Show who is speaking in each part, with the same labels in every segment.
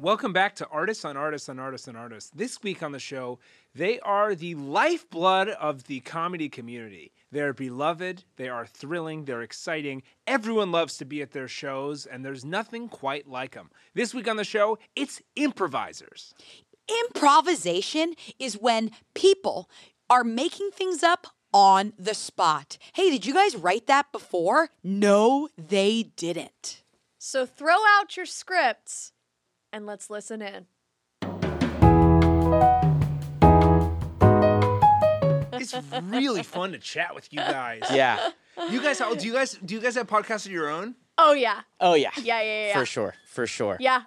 Speaker 1: Welcome back to Artists on Artists on Artists on Artists. This week on the show, they are the lifeblood of the comedy community. They're beloved, they are thrilling, they're exciting. Everyone loves to be at their shows, and there's nothing quite like them. This week on the show, it's improvisers.
Speaker 2: Improvisation is when people are making things up on the spot. Hey, did you guys write that before? No, they didn't.
Speaker 3: So throw out your scripts and let's listen in.
Speaker 1: It's really fun to chat with you guys.
Speaker 4: Yeah.
Speaker 1: You guys, do you guys do you guys have podcasts of your own?
Speaker 3: Oh yeah.
Speaker 4: Oh yeah.
Speaker 3: Yeah, yeah, yeah, yeah.
Speaker 4: For sure. For sure.
Speaker 3: Yeah.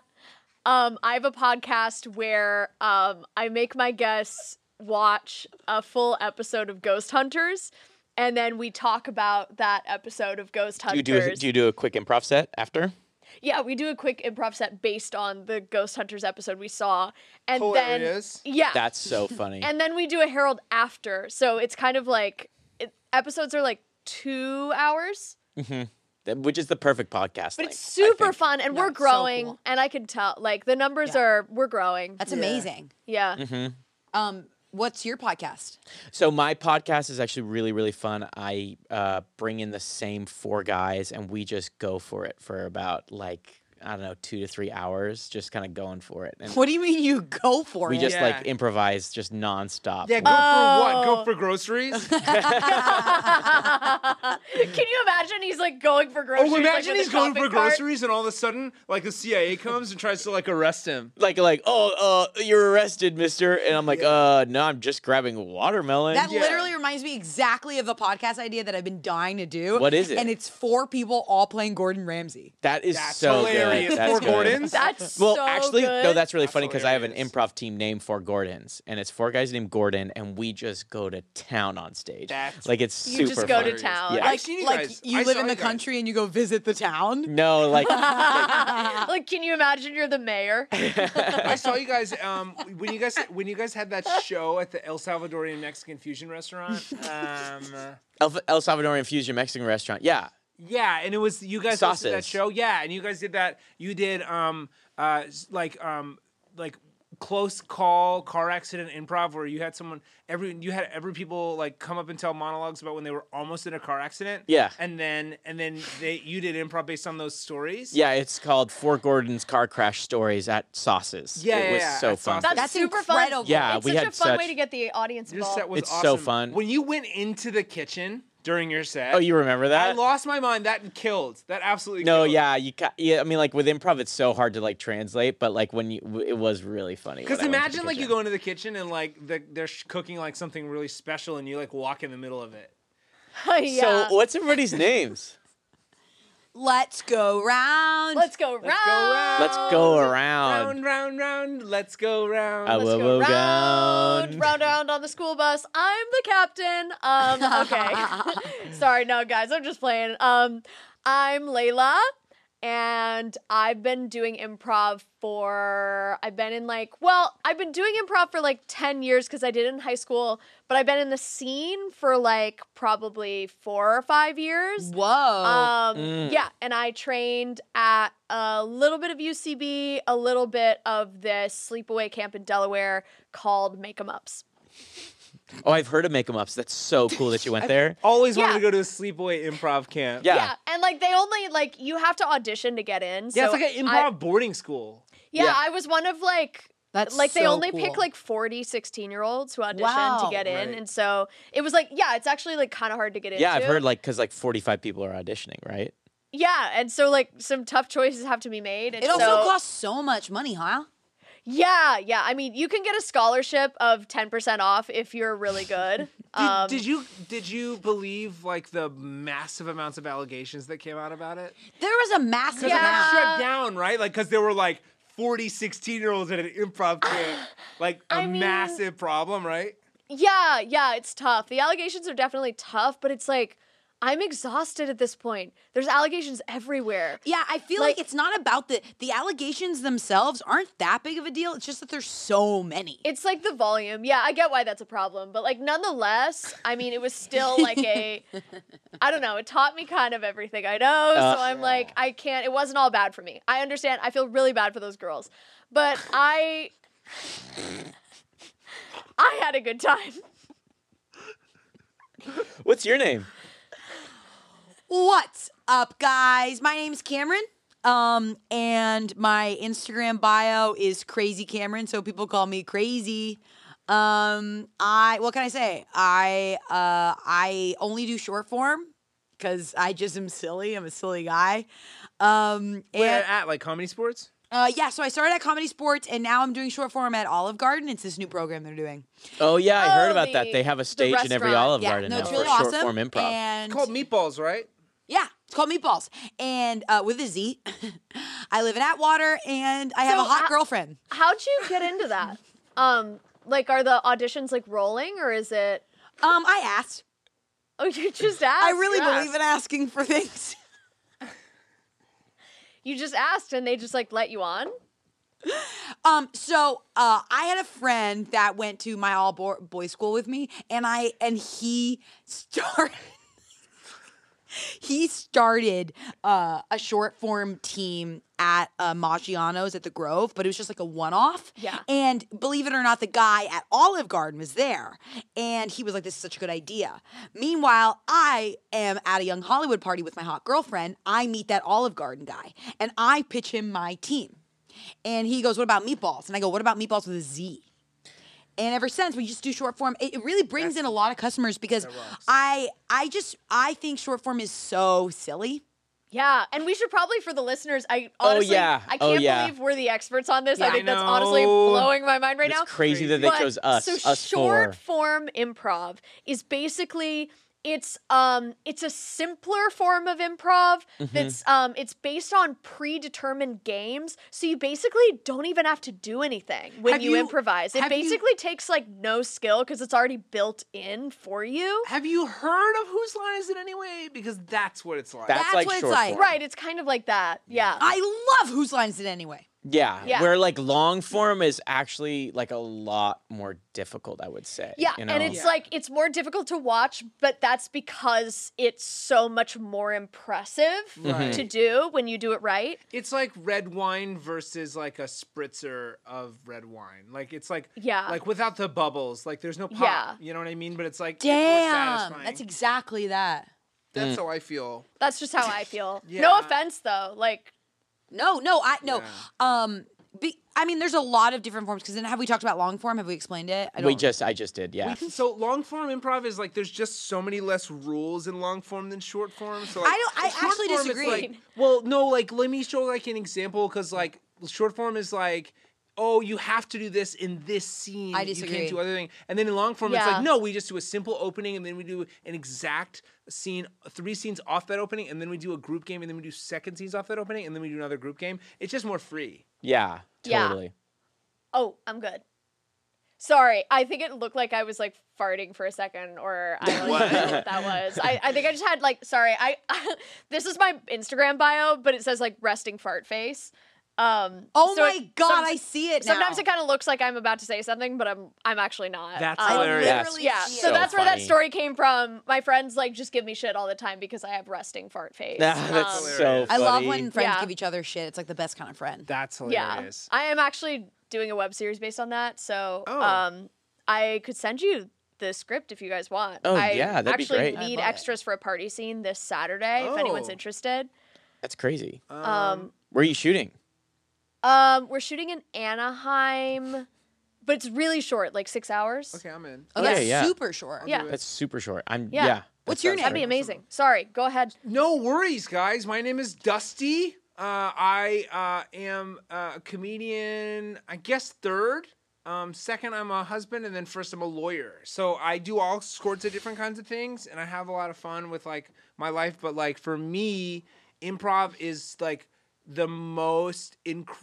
Speaker 3: Um, I have a podcast where um, I make my guests watch a full episode of Ghost Hunters and then we talk about that episode of Ghost
Speaker 4: Do you
Speaker 3: Hunters.
Speaker 4: do a, do you do a quick improv set after?
Speaker 3: yeah, we do a quick improv set based on the Ghost Hunters episode we saw. And
Speaker 1: Hilarious.
Speaker 3: then Yeah.
Speaker 4: That's so funny.
Speaker 3: and then we do a Herald after. So it's kind of like it, episodes are like 2 hours.
Speaker 4: That- Which is the perfect podcast.
Speaker 3: But it's super fun, and
Speaker 2: No,
Speaker 3: we're
Speaker 2: it's so
Speaker 3: growing,
Speaker 2: cool.
Speaker 3: and I can tell. Like the numbers
Speaker 2: Yeah.
Speaker 3: are, we're growing.
Speaker 2: That's amazing.
Speaker 3: yeah.
Speaker 2: Um, what's your podcast?
Speaker 4: So my podcast is actually really really fun. I uh, bring in the same four guys and we just go for it for about like I don't know two to three hours, just kind of going for it. And
Speaker 2: What do you mean you go for
Speaker 4: we
Speaker 2: it?
Speaker 4: just like
Speaker 1: Yeah.
Speaker 4: improvise just nonstop.
Speaker 1: Yeah, go for what? Go for groceries?
Speaker 3: Can you imagine? He's like going for groceries.
Speaker 1: Oh,
Speaker 3: like,
Speaker 1: imagine
Speaker 3: with
Speaker 1: he's
Speaker 3: a
Speaker 1: going for
Speaker 3: shopping cart.
Speaker 1: groceries and all of a sudden, like the CIA comes and tries to like arrest him.
Speaker 4: Like like oh uh you're arrested, Mister, and I'm like uh no I'm just grabbing watermelon.
Speaker 2: That
Speaker 1: Yeah.
Speaker 2: literally reminds me exactly of the podcast idea that I've been dying to do.
Speaker 4: What is it?
Speaker 2: And it's four people all playing Gordon Ramsay.
Speaker 4: that is
Speaker 1: That's
Speaker 4: so
Speaker 1: hilarious.
Speaker 4: good. That's
Speaker 1: Four
Speaker 4: good.
Speaker 1: Gordons.
Speaker 3: That's
Speaker 4: Well,
Speaker 3: so
Speaker 4: actually,
Speaker 3: good.
Speaker 4: no, that's really
Speaker 1: That's
Speaker 4: funny because I have an
Speaker 1: hilarious.
Speaker 4: improv team named Four Gordons, and it's four guys named Gordon, and we just go to town on stage.
Speaker 1: That's
Speaker 4: like it's
Speaker 3: You
Speaker 4: super.
Speaker 3: just go
Speaker 4: fun.
Speaker 3: to town.
Speaker 4: Yeah.
Speaker 2: Like,
Speaker 1: I've seen you
Speaker 2: like
Speaker 1: guys.
Speaker 2: you
Speaker 1: I
Speaker 2: live
Speaker 1: saw
Speaker 2: in
Speaker 1: you
Speaker 2: the
Speaker 1: guys.
Speaker 2: country and you go visit the town.
Speaker 4: No, like
Speaker 3: Like, can you imagine? You're the mayor.
Speaker 1: I saw you guys um, when you guys when you guys had that show at the El Salvadorian Mexican fusion restaurant. Um,
Speaker 4: El, El Salvadorian fusion Mexican restaurant. Yeah,
Speaker 1: yeah, and it was you guys hosted that
Speaker 4: Sauces.
Speaker 1: show. Yeah, and you guys did that. You did um, uh, s- like um, like close call car accident improv where you had someone every you had every people like come up and tell monologues about when they were almost in a car accident.
Speaker 4: Yeah.
Speaker 1: and then and then they you did improv based on those stories.
Speaker 4: yeah. It's called Four Gordons Car Crash Stories at Sauces.
Speaker 1: Yeah,
Speaker 4: it
Speaker 1: yeah,
Speaker 4: was
Speaker 1: yeah,
Speaker 4: so
Speaker 1: at
Speaker 4: fun.
Speaker 3: That's,
Speaker 2: That's
Speaker 3: super
Speaker 2: incredible.
Speaker 3: fun.
Speaker 4: Yeah,
Speaker 3: it's
Speaker 4: we
Speaker 3: such
Speaker 4: had
Speaker 3: a fun way
Speaker 4: such-
Speaker 3: to get the audience
Speaker 1: Your
Speaker 3: involved.
Speaker 1: set was
Speaker 4: It's so
Speaker 1: awesome.
Speaker 4: fun.
Speaker 1: When you went into the kitchen during your set,
Speaker 4: oh, you remember that?
Speaker 1: I lost my mind. That killed. That absolutely.
Speaker 4: no,
Speaker 1: killed.
Speaker 4: yeah, you ca- yeah. I mean, like with improv, it's so hard to like translate, but like when you, w- it was really funny.
Speaker 1: Because
Speaker 4: when I went to
Speaker 1: imagine
Speaker 4: the
Speaker 1: like you
Speaker 4: kitchen.
Speaker 1: go into the kitchen and like the, they're sh- cooking like something really special, and you like walk in the middle of it.
Speaker 3: yeah.
Speaker 4: So what's everybody's names?
Speaker 2: Let's go round.
Speaker 3: let's go round.
Speaker 1: Let's go round.
Speaker 4: Let's go
Speaker 1: Round,
Speaker 3: Um,
Speaker 1: round, round. Let's go round.
Speaker 4: Um, I
Speaker 3: Let's
Speaker 4: will-
Speaker 3: go
Speaker 4: Whoa, whoa,
Speaker 3: round,
Speaker 4: down.
Speaker 3: round, round on the school bus. I'm the captain. Um, okay. Sorry, no, guys, I'm just playing. Um, I'm Layla, and I've been doing improv for. I've been in like, well, I've been doing improv for like ten years because I did it in high school, but I've been in the scene for like probably four or five years.
Speaker 2: Whoa. Uh,
Speaker 3: Um, Yeah, and I trained at a little bit of UCB, a little bit of this sleepaway camp in Delaware called Make 'em Ups.
Speaker 4: Oh, I've heard of Make 'em Ups. That's so cool that you went there.
Speaker 1: Always
Speaker 3: Yeah.
Speaker 1: wanted to go to a sleepaway improv camp.
Speaker 4: Yeah.
Speaker 3: Yeah. and like they only like you have to audition to get in.
Speaker 1: Yeah, it's
Speaker 3: so
Speaker 1: like an
Speaker 3: I-
Speaker 1: improv boarding school.
Speaker 3: yeah,
Speaker 4: yeah.
Speaker 3: I was one of like
Speaker 2: That's
Speaker 3: like they
Speaker 2: so
Speaker 3: only
Speaker 2: cool.
Speaker 3: pick like 40 16 year olds who audition
Speaker 2: Wow.
Speaker 3: to get in
Speaker 1: Right.
Speaker 3: and so it was like yeah it's actually like kind of hard to get into
Speaker 4: Yeah, I've heard like because like 45 people are auditioning, right?
Speaker 3: yeah and so like some tough choices have to be made and
Speaker 2: It also
Speaker 3: so-
Speaker 2: costs so much money, huh?
Speaker 3: Yeah, yeah. I mean, you can get a scholarship of 10% off if you're really good.
Speaker 1: Did,
Speaker 3: Um,
Speaker 1: did you did you believe like the massive amounts of allegations that came out about it?
Speaker 2: There was a massive
Speaker 1: Because it got
Speaker 2: amount.
Speaker 3: Yeah.
Speaker 1: shut down, right? Like, because there were like 40, 16 year olds at an improv camp. like, a
Speaker 3: I mean-
Speaker 1: massive problem, right?
Speaker 3: yeah, yeah, it's tough. The allegations are definitely tough, but it's like I'm exhausted at this point. There's allegations everywhere.
Speaker 2: Yeah, I feel like,
Speaker 3: Like-
Speaker 2: it's not about the the allegations themselves aren't that big of a deal. It's just that there's so many.
Speaker 3: It's like the volume. Yeah, I get why that's a problem, but like nonetheless, I mean, it was still like a, I don't know. It taught me kind of everything I know.
Speaker 4: Uh,
Speaker 3: so I'm like, I can't. It wasn't all bad for me. I understand. I feel really bad for those girls, but I, I had a good time.
Speaker 4: What's your name?
Speaker 2: What's up, guys? My name's Cameron. Um, and my Instagram bio is Crazy Cameron, so people call me Crazy. Um, I what can I say? I uh I only do short form because I just am silly. I'm a silly guy. Um, and
Speaker 1: Where at like comedy sports?
Speaker 2: uh, yeah, so I started at Comedy Sports, and now I'm doing short form at Olive Garden. It's this new program they're doing.
Speaker 4: Oh yeah, I heard
Speaker 3: Oh,
Speaker 4: about that.
Speaker 3: the-
Speaker 4: They have a
Speaker 3: the
Speaker 4: stage in every
Speaker 3: restaurant.
Speaker 4: Olive
Speaker 2: Yeah,
Speaker 4: Garden
Speaker 2: no,
Speaker 4: now
Speaker 2: it's
Speaker 4: for
Speaker 2: really
Speaker 4: short
Speaker 2: awesome.
Speaker 4: form improv.
Speaker 2: And
Speaker 1: Called meatballs, right?
Speaker 2: yeah, it's called Meatballs, and uh, with a Z. I live in Atwater, and I have
Speaker 3: So
Speaker 2: a hot
Speaker 3: how-
Speaker 2: girlfriend.
Speaker 3: How'd you get into that? Um, like, are the auditions like rolling, or is it?
Speaker 2: Um, I asked.
Speaker 3: Oh, you just asked.
Speaker 2: I really
Speaker 3: you
Speaker 2: believe in
Speaker 3: asked.
Speaker 2: asking for things.
Speaker 3: You just asked, and they just like let you on.
Speaker 2: Um, so uh, I had a friend that went to my all bo- boys school with me, and I and he started. He started uh, a short form team at uh, Maggiano's at the Grove, but it was just like a one off.
Speaker 3: Yeah.
Speaker 2: And believe it or not, the guy at Olive Garden was there. And he was like, This is such a good idea. Meanwhile, I am at a Young Hollywood party with my hot girlfriend. I meet that Olive Garden guy and I pitch him my team. And he goes, What about meatballs? And I go, What about meatballs with a Z? And ever since we just do short form, it, it really brings in a lot of customers because I I just I think short form is so silly.
Speaker 3: Yeah, and we should probably for the listeners. I honestly,
Speaker 4: yeah.
Speaker 3: I can't
Speaker 4: Oh, yeah.
Speaker 3: believe we're the experts on this.
Speaker 2: Yeah.
Speaker 3: I think
Speaker 1: I
Speaker 3: that's honestly
Speaker 1: know.
Speaker 3: blowing my mind right
Speaker 4: It's
Speaker 3: now.
Speaker 4: crazy that they
Speaker 3: But-
Speaker 4: chose us.
Speaker 3: So
Speaker 4: us
Speaker 3: short
Speaker 4: four.
Speaker 3: form improv is basically it's um it's a simpler form of improv
Speaker 4: Mm-hmm.
Speaker 3: that's um it's based on predetermined games. So you basically don't even have to do anything when
Speaker 1: Have
Speaker 3: you,
Speaker 1: you-
Speaker 3: improvise. It
Speaker 1: have you-
Speaker 3: basically takes like no skill because it's already built in for you.
Speaker 1: Have you heard of Whose Line Is It Anyway? Because that's what it's like.
Speaker 4: That's,
Speaker 2: That's
Speaker 4: like
Speaker 2: what it's
Speaker 4: short
Speaker 2: like.
Speaker 4: form.
Speaker 3: Right, it's kind of like that. Yeah.
Speaker 2: I love Whose Lines It Anyway.
Speaker 4: Yeah,
Speaker 3: Yeah.
Speaker 4: where like long form is actually like a lot more difficult, I would say.
Speaker 3: Yeah,
Speaker 4: you know?
Speaker 3: and it's
Speaker 1: Yeah.
Speaker 3: like it's more difficult to watch, but that's because it's so much more impressive
Speaker 4: Mm-hmm.
Speaker 1: Right.
Speaker 3: to do when you do it right.
Speaker 1: It's like red wine versus like a spritzer of red wine. Like it's like
Speaker 3: Yeah.
Speaker 1: like without the bubbles. Like there's no pop.
Speaker 3: Yeah.
Speaker 1: You know what I mean? But it's like it's more
Speaker 2: Damn,
Speaker 1: satisfying.
Speaker 2: that's exactly that.
Speaker 1: That's how I feel.
Speaker 3: That's just how I feel. No
Speaker 1: Yeah.
Speaker 3: offense though. Like
Speaker 2: No, no, I no.
Speaker 1: Yeah.
Speaker 2: Um, be, I mean, there's a lot of different forms. Because then, have we talked about long form? Have we explained it? I
Speaker 4: we just I just did, yeah.
Speaker 1: So long form improv is like there's just so many less rules in long form than short form. So like,
Speaker 2: I don't- I
Speaker 1: in short
Speaker 2: actually
Speaker 1: form, it's
Speaker 2: disagree.
Speaker 1: like- well, no, like let me show like an example because like short form is like. Oh, you have to do this in this scene.
Speaker 2: I
Speaker 1: You
Speaker 2: disagree.
Speaker 1: can't do other thing. And then in long form, it's
Speaker 3: Yeah.
Speaker 1: like no, we just do a simple opening, and then we do an exact scene, three scenes off that opening, and then we do a group game, and then we do second scenes off that opening, and then we do another group game. It's just more free.
Speaker 4: Yeah,
Speaker 3: Yeah.
Speaker 4: totally.
Speaker 3: oh, I'm good. Sorry, I think it looked like I was like farting for a second, or I don't know
Speaker 1: What?
Speaker 3: what that was. I, I think I just had like sorry. I this is my Instagram bio, but it says like resting fart face. Um,
Speaker 2: Oh
Speaker 3: so
Speaker 2: my
Speaker 3: it-
Speaker 2: god,
Speaker 3: some-
Speaker 2: I see it.
Speaker 3: Sometimes
Speaker 2: now.
Speaker 3: it kind of looks like I'm about to say something, but I'm I'm actually not. Um,
Speaker 1: That's
Speaker 2: I
Speaker 1: hilarious.
Speaker 2: literally
Speaker 4: That's
Speaker 2: see
Speaker 3: Yeah,
Speaker 2: it.
Speaker 3: so,
Speaker 4: So
Speaker 3: that's where that
Speaker 4: funny.
Speaker 3: story came from. My friends like just give me shit all the time because I have resting fart face.
Speaker 4: Nah, that's
Speaker 1: Um,
Speaker 4: so funny.
Speaker 1: Hilarious.
Speaker 2: I love when friends
Speaker 3: Yeah.
Speaker 2: give each other shit. It's like the best kind of friend.
Speaker 1: That's
Speaker 3: yeah.
Speaker 1: hilarious.
Speaker 3: I am actually doing a web series based on that, so
Speaker 1: Oh.
Speaker 3: um, I could send you the script if you guys want.
Speaker 4: Oh,
Speaker 3: I
Speaker 4: yeah, that'd be
Speaker 3: actually
Speaker 4: great.
Speaker 2: I'd
Speaker 3: need
Speaker 2: love it.
Speaker 3: extras for a party scene this Saturday if anyone's
Speaker 1: Oh.
Speaker 3: interested.
Speaker 4: That's crazy.
Speaker 3: Um,
Speaker 4: Where are you shooting?
Speaker 3: um, we're shooting in Anaheim, but it's really short, like six hours.
Speaker 1: okay, I'm in.
Speaker 2: Oh,
Speaker 4: Yeah,
Speaker 2: that's
Speaker 4: yeah.
Speaker 2: super short.
Speaker 3: Yeah.
Speaker 4: That's super short. I'm
Speaker 3: Yeah.
Speaker 4: yeah.
Speaker 2: What's
Speaker 4: that
Speaker 2: your
Speaker 4: sounds
Speaker 3: That'd be
Speaker 4: great.
Speaker 3: amazing. Sorry, go ahead.
Speaker 1: No worries, guys. My name is Dusty. Uh, I uh, am uh, a comedian, I guess third. Um, second, I'm a husband, and then first, I'm a lawyer. So I do all sorts of different kinds of things, and I have a lot of fun with like my life. But like for me, improv is like the most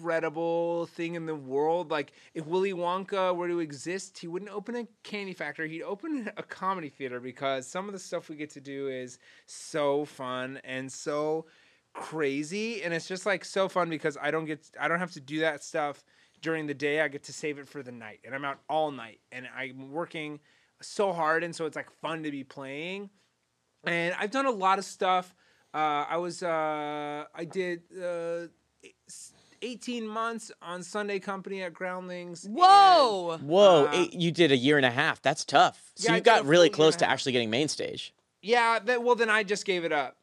Speaker 1: incredible thing in the world. Like if Willy Wonka were to exist, he wouldn't open a candy factory. He'd open a comedy theater because some of the stuff we get to do is so fun and so crazy and it's just like so fun because I don't get I don't have to do that stuff during the day. I get to save it for the night and I'm out all night and I'm working so hard and so it's like fun to be playing and I've done a lot of stuff. Uh, I was uh, I did uh, s- eighteen months on Sunday Company at Groundlings. and-
Speaker 2: Whoa.
Speaker 4: Whoa, eight, you did a year and a half. That's tough.
Speaker 1: Uh,
Speaker 4: So
Speaker 1: Yeah, I
Speaker 4: you
Speaker 1: did a
Speaker 4: got
Speaker 1: full
Speaker 4: really
Speaker 1: year
Speaker 4: close
Speaker 1: and a
Speaker 4: to
Speaker 1: half.
Speaker 4: actually getting main stage.
Speaker 1: yeah. That, well, then I just gave it up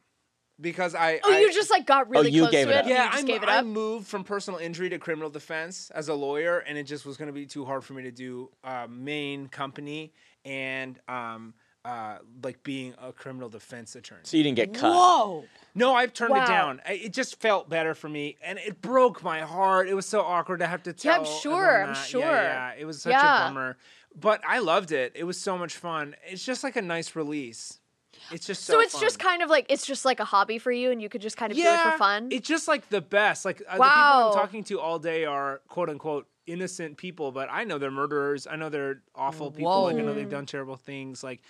Speaker 1: because I.
Speaker 3: Oh,
Speaker 1: I,
Speaker 3: you just like got really
Speaker 4: you
Speaker 3: close
Speaker 4: gave
Speaker 3: to
Speaker 4: it
Speaker 3: it.
Speaker 4: up.
Speaker 3: and
Speaker 1: Yeah,
Speaker 3: you just
Speaker 1: I'm-
Speaker 3: gave it
Speaker 1: I
Speaker 3: up.
Speaker 1: moved from personal injury to criminal defense as a lawyer, and it just was going to be too hard for me to do uh, main company and um, uh, like being a criminal defense attorney.
Speaker 4: So you didn't get cut.
Speaker 2: Whoa.
Speaker 1: No, I've turned
Speaker 3: Wow.
Speaker 1: it down. I, it just felt better for me, and it broke my heart. It was so awkward to have to
Speaker 3: Yeah,
Speaker 1: tell.
Speaker 3: I'm sure,
Speaker 1: everyone
Speaker 3: I'm
Speaker 1: that. Yeah,
Speaker 3: sure.
Speaker 1: Yeah, it was such
Speaker 3: Yeah.
Speaker 1: a bummer, but I loved it. It was so much fun. It's just like a nice release. It's just so.
Speaker 3: So it's
Speaker 1: fun.
Speaker 3: just kind of like it's just like a hobby for you, and you could just kind of do it for fun.
Speaker 1: It's just like the best. Like uh, the
Speaker 3: Wow.
Speaker 1: people I'm talking to all day are quote unquote innocent people, but I know they're murderers. I know they're awful people. Like I know they've done terrible things. Like,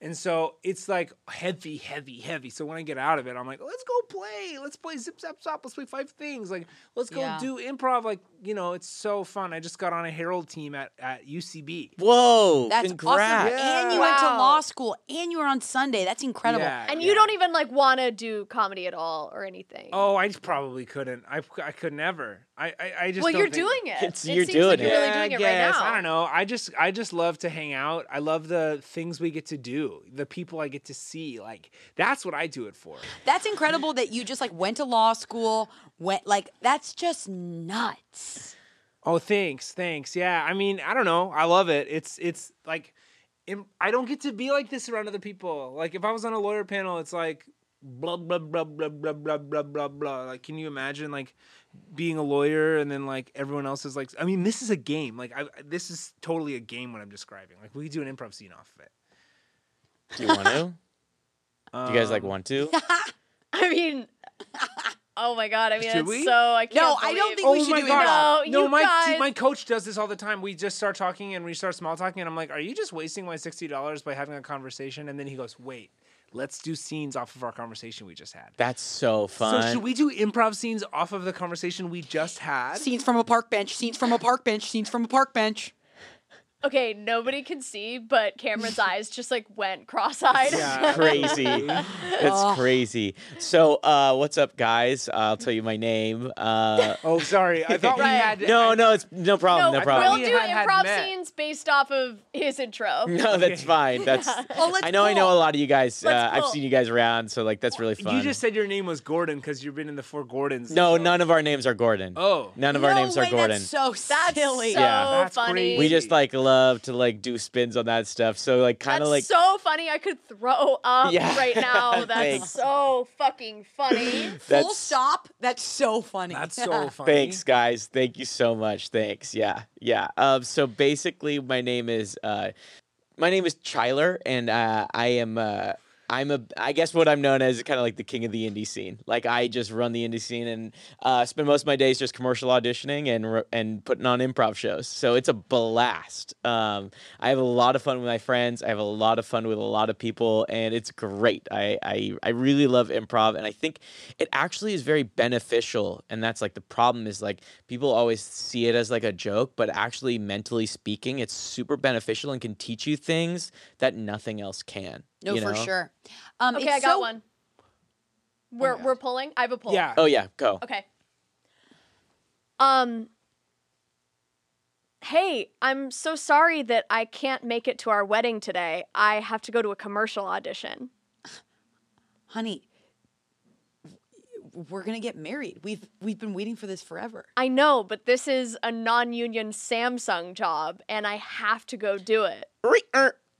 Speaker 1: and so it's like heavy, heavy, heavy. So when I get out of it, I'm like, let's go play. Let's play zip zap zop. Let's play five things. Like let's go
Speaker 2: Yeah.
Speaker 1: do improv. Like you know, it's so fun. I just got on a Herald team at at UCB.
Speaker 4: Whoa,
Speaker 2: That's
Speaker 4: congrats.
Speaker 2: awesome.
Speaker 1: Yeah.
Speaker 2: And you went to
Speaker 3: Wow.
Speaker 2: law school and you were on Sunday. That's incredible.
Speaker 1: Yeah,
Speaker 3: and
Speaker 1: yeah.
Speaker 3: you don't e even like want to do comedy at all or anything.
Speaker 1: Oh, I probably couldn't. I, I could never. I I, I just
Speaker 3: well,
Speaker 1: don't
Speaker 3: you're
Speaker 1: think-
Speaker 3: doing it.
Speaker 4: It's-
Speaker 3: it
Speaker 4: you're
Speaker 3: seems
Speaker 4: doing
Speaker 3: like you're
Speaker 4: it.
Speaker 3: really
Speaker 1: Yeah,
Speaker 3: doing
Speaker 1: I
Speaker 3: it right
Speaker 1: guess.
Speaker 3: now.
Speaker 1: I don't know. I just I just love to hang out. I love the things we get to do, the people I get to see. Like that's what I do it for.
Speaker 2: That's incredible that you just like went to law school, went like that's just nuts.
Speaker 1: Oh, thanks, thanks. Yeah, I mean, I don't know. I love it. It's it's like, im- I don't get to be like this around other people. Like if I was on a lawyer panel, it's like blah blah blah blah blah blah blah blah blah. Like, can you imagine like being a lawyer and then like everyone else is like? I mean, this is a game. Like, I, this is totally a game. What I'm describing. Like, we could do an improv scene off of it.
Speaker 4: Do you want to? Do you guys
Speaker 1: Um,
Speaker 4: like want to?
Speaker 3: I mean, oh my god. I mean,
Speaker 1: Should
Speaker 3: it's
Speaker 1: we?
Speaker 3: so I can't.
Speaker 2: I don't
Speaker 3: believe-
Speaker 2: think
Speaker 4: Oh
Speaker 2: we should do
Speaker 1: Oh gosh.
Speaker 3: improv. No,
Speaker 1: No,
Speaker 3: you
Speaker 1: my
Speaker 3: guys-
Speaker 1: my coach does this all the time. We just start talking and we start small talking, and I'm like, "Are you just wasting my sixty dollars by having a conversation?" And then he goes, "Wait, let's do scenes off of our conversation we just had."
Speaker 4: That's so fun.
Speaker 1: So should we do improv scenes off of the conversation we just had?
Speaker 2: Scenes from a park bench, scenes from a park bench, scenes from a park bench.
Speaker 3: Okay, nobody can see, but Cameron's eyes just like went cross-eyed.
Speaker 1: Yeah. Oh.
Speaker 4: crazy. it's crazy. So, uh, what's up, guys? I'll tell you my name. Uh,
Speaker 1: Oh, sorry. I thought we
Speaker 3: Right.
Speaker 1: had
Speaker 4: no, no, it's no problem. Oh, No,
Speaker 3: no,
Speaker 4: problem.
Speaker 3: we'll
Speaker 1: We
Speaker 3: do
Speaker 1: had- had
Speaker 3: improv
Speaker 1: met.
Speaker 3: scenes based off of his intro.
Speaker 4: No, that's fine. That's.
Speaker 2: Oh, let's
Speaker 4: I know. I know
Speaker 2: pull.
Speaker 4: a lot of you guys. Uh,
Speaker 3: Let's
Speaker 4: I've
Speaker 3: pull.
Speaker 4: seen you guys around, so like that's really fun.
Speaker 1: You just said your name was Gordon because you've been in the four Gordons.
Speaker 4: no, none of our names are Gordon.
Speaker 1: Oh.
Speaker 4: none of our
Speaker 2: No
Speaker 4: names are
Speaker 2: way,
Speaker 4: Gordon.
Speaker 2: That's so
Speaker 3: That's
Speaker 2: silly.
Speaker 3: so
Speaker 4: Yeah.
Speaker 1: That's
Speaker 3: funny.
Speaker 1: crazy.
Speaker 4: we just like love to like do spins on that stuff. So like kind
Speaker 3: That's
Speaker 4: of like
Speaker 3: so funny. I could throw up
Speaker 4: Yeah.
Speaker 3: right now. That's
Speaker 4: Thanks.
Speaker 3: so fucking funny.
Speaker 2: Full
Speaker 4: that's-
Speaker 2: stop. That's so funny.
Speaker 1: That's so funny.
Speaker 4: Thanks, guys. Thank you so much. Thanks. Yeah, yeah. Um, so basically, my name is uh, my name is Chyler, and uh, I am uh, I'm a I guess what I'm known as is kind of like the king of the indie scene. Like I just run the indie scene and uh, spend most of my days just commercial auditioning and re- and putting on improv shows. So it's a blast. Um, I have a lot of fun with my friends. I have a lot of fun with a lot of people, and it's great. I I, I really love improv, and I think it actually is very beneficial. And that's like the problem is like people always see it as like a joke, but actually mentally speaking, it's super beneficial and can teach you things that nothing else can.
Speaker 2: No,
Speaker 4: you
Speaker 2: for
Speaker 4: know?
Speaker 2: sure. Um,
Speaker 3: Okay,
Speaker 2: it's
Speaker 3: I got
Speaker 2: so-
Speaker 3: one. We're we're pulling. I have a pull.
Speaker 1: Yeah.
Speaker 4: Oh yeah, go.
Speaker 3: Okay. Um. Hey, I'm so sorry that I can't make it to our wedding today. I have to go to a commercial audition.
Speaker 2: honey. We're gonna get married. We've we've been waiting for this forever.
Speaker 3: I know, but this is a non-union Samsung job, and I have to go do it.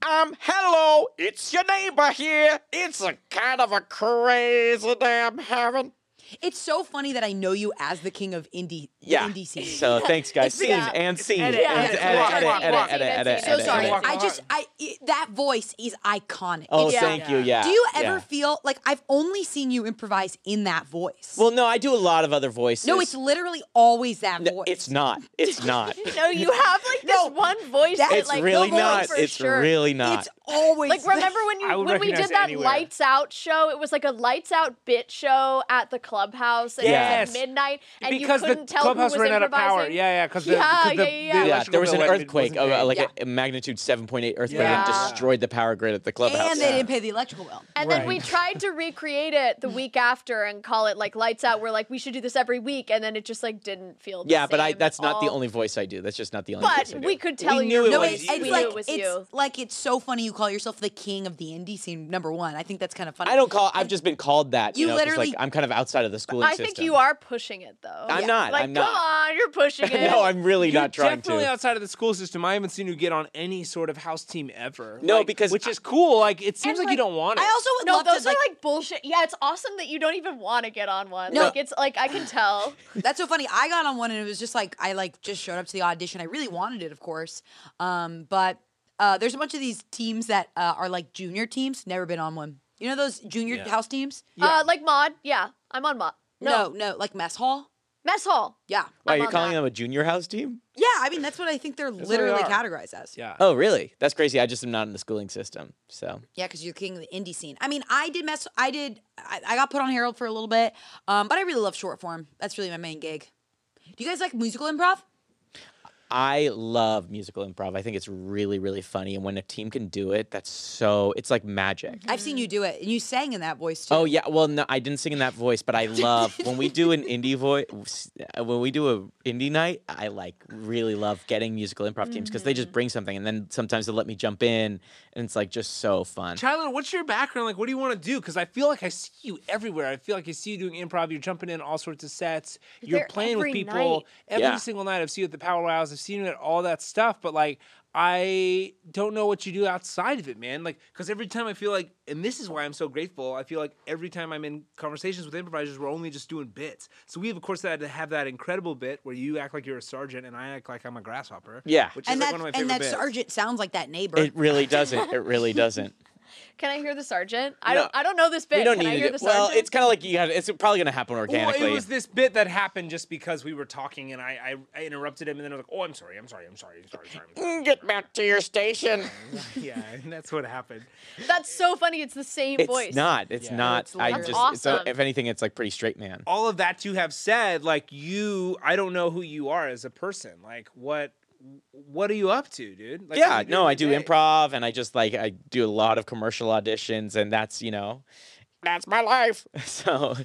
Speaker 4: Um, hello, it's your neighbor here. It's a kind of a crazy day I'm having.
Speaker 2: It's so funny that I know you as the king of indie
Speaker 4: Yeah.
Speaker 2: indie scene.
Speaker 4: So thanks,
Speaker 3: It's-
Speaker 4: guys. Scene
Speaker 3: yeah.
Speaker 4: and scene.
Speaker 1: edit,
Speaker 4: And
Speaker 3: edit,
Speaker 4: edit,
Speaker 3: walk,
Speaker 4: edit,
Speaker 3: walk,
Speaker 4: edit,
Speaker 3: walk.
Speaker 4: edit,
Speaker 3: Scene,
Speaker 4: edit,
Speaker 3: scene.
Speaker 2: so
Speaker 4: edit,
Speaker 2: sorry.
Speaker 4: edit.
Speaker 1: Walk
Speaker 2: I just
Speaker 1: on.
Speaker 2: I it- that voice is iconic.
Speaker 4: Oh,
Speaker 2: It's-
Speaker 3: Yeah.
Speaker 4: thank you. Yeah.
Speaker 2: do you ever
Speaker 4: yeah.
Speaker 2: feel like I've only seen you improvise in that voice?
Speaker 4: Well, no, I do a lot of other voices.
Speaker 2: no, it's literally always that
Speaker 4: No,
Speaker 2: voice.
Speaker 4: it's not. It's not.
Speaker 3: No, you have like this
Speaker 2: No,
Speaker 3: one voice
Speaker 2: that-
Speaker 3: that
Speaker 4: It's
Speaker 3: like
Speaker 4: really
Speaker 3: the voice
Speaker 4: not.
Speaker 3: for
Speaker 4: It's
Speaker 3: sure.
Speaker 4: really not.
Speaker 2: It's always
Speaker 3: like
Speaker 2: that-
Speaker 3: remember when
Speaker 1: I
Speaker 3: you
Speaker 1: would
Speaker 3: when we
Speaker 1: recognize
Speaker 3: did
Speaker 1: it
Speaker 3: that
Speaker 1: anywhere.
Speaker 3: lights out show it was like a lights out bit show at the clubhouse and
Speaker 1: Yes.
Speaker 3: it was at midnight and
Speaker 1: because
Speaker 3: you couldn't
Speaker 1: the
Speaker 3: tell
Speaker 1: clubhouse
Speaker 3: who was
Speaker 1: ran out of power.
Speaker 3: improvising.
Speaker 1: Yeah, yeah, because the,
Speaker 3: Yeah,
Speaker 1: because the,
Speaker 3: yeah, yeah, yeah.
Speaker 1: the
Speaker 4: yeah,
Speaker 1: electrical
Speaker 4: there was an
Speaker 1: bill wasn't
Speaker 4: earthquake,
Speaker 1: paid.
Speaker 4: uh, like
Speaker 2: Yeah.
Speaker 4: a, a magnitude 7.8 earthquake
Speaker 1: Yeah.
Speaker 4: that destroyed the power grid at the clubhouse.
Speaker 2: and they didn't pay the electrical bill.
Speaker 3: And then we
Speaker 1: Right.
Speaker 3: tried to recreate it the week after and call it like lights out. We're like, we should do this every week, and then it just like didn't feel. The
Speaker 4: yeah, but I
Speaker 3: same
Speaker 4: that's
Speaker 3: at
Speaker 4: not the
Speaker 3: all.
Speaker 4: only voice I do. That's just not the only voice
Speaker 3: But
Speaker 4: I do.
Speaker 3: we could tell you.
Speaker 1: knew it
Speaker 2: No,
Speaker 1: was
Speaker 2: it's,
Speaker 1: you.
Speaker 2: it's
Speaker 3: we
Speaker 1: We
Speaker 3: knew
Speaker 2: like
Speaker 3: it was
Speaker 2: it's
Speaker 3: you.
Speaker 2: like it's so funny you call yourself the king of the indie scene. Number one, I think that's kind of funny.
Speaker 4: I don't call I've just been called that. You,
Speaker 2: You
Speaker 4: know, 'cause, like
Speaker 2: literally-
Speaker 4: I'm kind of outside of the schooling
Speaker 3: I
Speaker 4: system.
Speaker 3: think you are pushing it though.
Speaker 4: I'm not.
Speaker 3: Like,
Speaker 4: I'm not.
Speaker 3: come on, you're pushing it.
Speaker 4: no, I'm really
Speaker 1: You're
Speaker 4: not trying
Speaker 1: definitely
Speaker 4: to.
Speaker 1: outside of the school system. I haven't seen you get on any sort of house team ever.
Speaker 4: No,
Speaker 1: Like,
Speaker 4: because
Speaker 1: which
Speaker 4: I-
Speaker 1: is cool. Like it seems
Speaker 3: And,
Speaker 1: like,
Speaker 3: like,
Speaker 1: you don't want it.
Speaker 2: I also would
Speaker 3: No,
Speaker 2: love to
Speaker 3: those are
Speaker 2: like,
Speaker 3: like bullshit. Yeah, it's awesome that you don't even want to get on one.
Speaker 2: No.
Speaker 3: Like it's like I can tell. Uh,
Speaker 2: That's so funny. I got on one and it was just like I like just showed up to the audition. I really wanted it, of course. Um, but uh, there's a bunch of these teams that uh, are like junior teams. Never been on one. You know those junior
Speaker 1: Yeah.
Speaker 2: house teams?
Speaker 1: Yeah.
Speaker 3: Uh, like mod. Yeah, I'm on mod. No,
Speaker 2: no, like mess hall.
Speaker 3: mess hall.
Speaker 2: Yeah,
Speaker 4: Wow,
Speaker 3: I'm
Speaker 4: you're
Speaker 3: on
Speaker 4: calling
Speaker 3: that.
Speaker 4: them a junior house team?
Speaker 2: yeah. I mean, that's what I think they're
Speaker 1: what they
Speaker 2: literally
Speaker 1: are.
Speaker 2: categorized as.
Speaker 1: yeah.
Speaker 4: Oh, really? That's crazy. I just am not in the schooling system. So
Speaker 2: Yeah, because you're king of the indie scene. I mean, I did mess. I did. I, I got put on Herald for a little bit, um, but I really love short form. That's really my main gig. Do you guys like musical improv?
Speaker 4: I love musical improv. I think it's really, really funny. And when a team can do it, that's so it's like magic.
Speaker 2: I've seen
Speaker 1: Mm.
Speaker 2: you do it, and you sang in that voice too.
Speaker 4: Oh yeah, well no, I didn't sing in that voice, but I love when we do an indie voice. When we do a indie night, I like really love getting musical improv teams because they
Speaker 3: Mm-hmm.
Speaker 4: just bring something, and then sometimes they let me jump in, and it's like just so fun.
Speaker 1: Tyler, what's your background? Like, what do you want to do? Because I feel like I see you everywhere. I feel like I see you doing improv. You're jumping in all sorts of sets. You're
Speaker 3: there
Speaker 1: playing with
Speaker 3: every
Speaker 1: people
Speaker 3: night.
Speaker 1: every
Speaker 4: Yeah.
Speaker 1: single night. I've seen you at the Power Wows. I've seen you at all that stuff. But like, I don't know what you do outside of it, man. Like, because every time I feel like, and this is why I'm so grateful. I feel like every time I'm in conversations with improvisers, we're only just doing bits. So we have, of course, had to have that incredible bit where you act like you're a sergeant and I act like I'm a grasshopper.
Speaker 4: Yeah.
Speaker 1: which
Speaker 2: and
Speaker 1: is like
Speaker 2: that
Speaker 1: one of my favorite
Speaker 2: and that
Speaker 1: bits.
Speaker 2: sergeant sounds like that neighbor.
Speaker 4: It really doesn't. It really doesn't.
Speaker 3: Can I hear the sergeant? I
Speaker 4: No.
Speaker 3: don't. I don't know this bit.
Speaker 4: We don't
Speaker 3: Can I
Speaker 4: need
Speaker 3: hear
Speaker 4: it.
Speaker 3: the sergeant?
Speaker 4: Well, it's kind of like you got. It's probably gonna happen
Speaker 1: Well,
Speaker 4: organically.
Speaker 1: it was this bit that happened just because we were talking and I, I, I interrupted him and then I was like, oh, I'm sorry, I'm sorry, I'm sorry, I'm sorry, I'm sorry. I'm sorry.
Speaker 4: Mm, Get back to your station.
Speaker 1: yeah, and that's what happened.
Speaker 3: That's so funny. It's the same
Speaker 4: It's
Speaker 3: voice.
Speaker 4: not. It's
Speaker 1: Yeah. Oh,
Speaker 4: not.
Speaker 2: It's
Speaker 4: I
Speaker 2: That's
Speaker 4: just. It's
Speaker 3: awesome.
Speaker 4: if anything, it's like pretty straight man.
Speaker 1: All of that to have said, like you, I don't know who you are as a person. Like what, what are you up to, dude? Like,
Speaker 4: yeah,
Speaker 1: what do you eh,
Speaker 4: no, I do
Speaker 1: every day?
Speaker 4: improv and I just like I do a lot of commercial auditions and that's, you know, that's my life. So,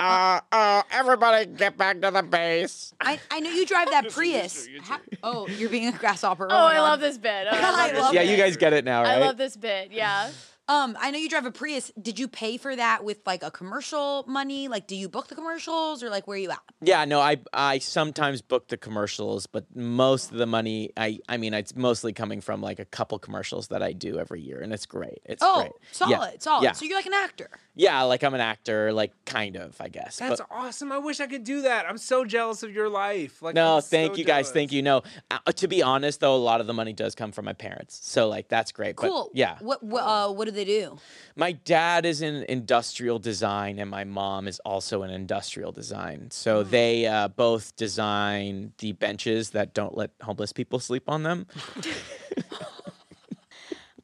Speaker 4: uh, uh everybody get back to the base.
Speaker 2: I, I know you drive that
Speaker 1: Yes,
Speaker 2: Prius.
Speaker 1: you do, you
Speaker 2: Ha- oh, you're being a grasshopper.
Speaker 3: Oh, I
Speaker 2: my
Speaker 3: love
Speaker 2: God.
Speaker 3: this bit. Oh,
Speaker 2: I
Speaker 3: I love
Speaker 2: love
Speaker 3: this.
Speaker 4: yeah,
Speaker 1: it.
Speaker 4: you guys get it now,
Speaker 3: I
Speaker 4: right?
Speaker 3: love this bit. Yeah.
Speaker 2: Um, I know you drive a Prius. Did you pay for that with like a commercial money? Like, do you book the commercials or like where are you at?
Speaker 4: yeah, no, I I sometimes book the commercials, but most of the money I I mean, it's mostly coming from like a couple commercials that I do every year and it's great. It's
Speaker 2: Oh,
Speaker 4: great.
Speaker 2: solid,
Speaker 4: Yeah.
Speaker 2: solid.
Speaker 4: Yeah.
Speaker 2: So you're like an actor.
Speaker 4: yeah, like I'm an actor, like kind of, I guess.
Speaker 1: That's
Speaker 4: but-
Speaker 1: awesome. I wish I could do that. I'm so jealous of your life. Like
Speaker 4: No,
Speaker 1: I'm
Speaker 4: thank
Speaker 1: so
Speaker 4: you guys.
Speaker 1: jealous.
Speaker 4: Thank you. No, uh, to be honest though, a lot of the money does come from my parents. So like that's great.
Speaker 2: Cool.
Speaker 4: But yeah.
Speaker 2: What what uh, what do they do?
Speaker 4: My dad is in industrial design and my mom is also in industrial design.
Speaker 2: Mm.
Speaker 4: So they uh, both design the benches that don't let homeless people sleep on them.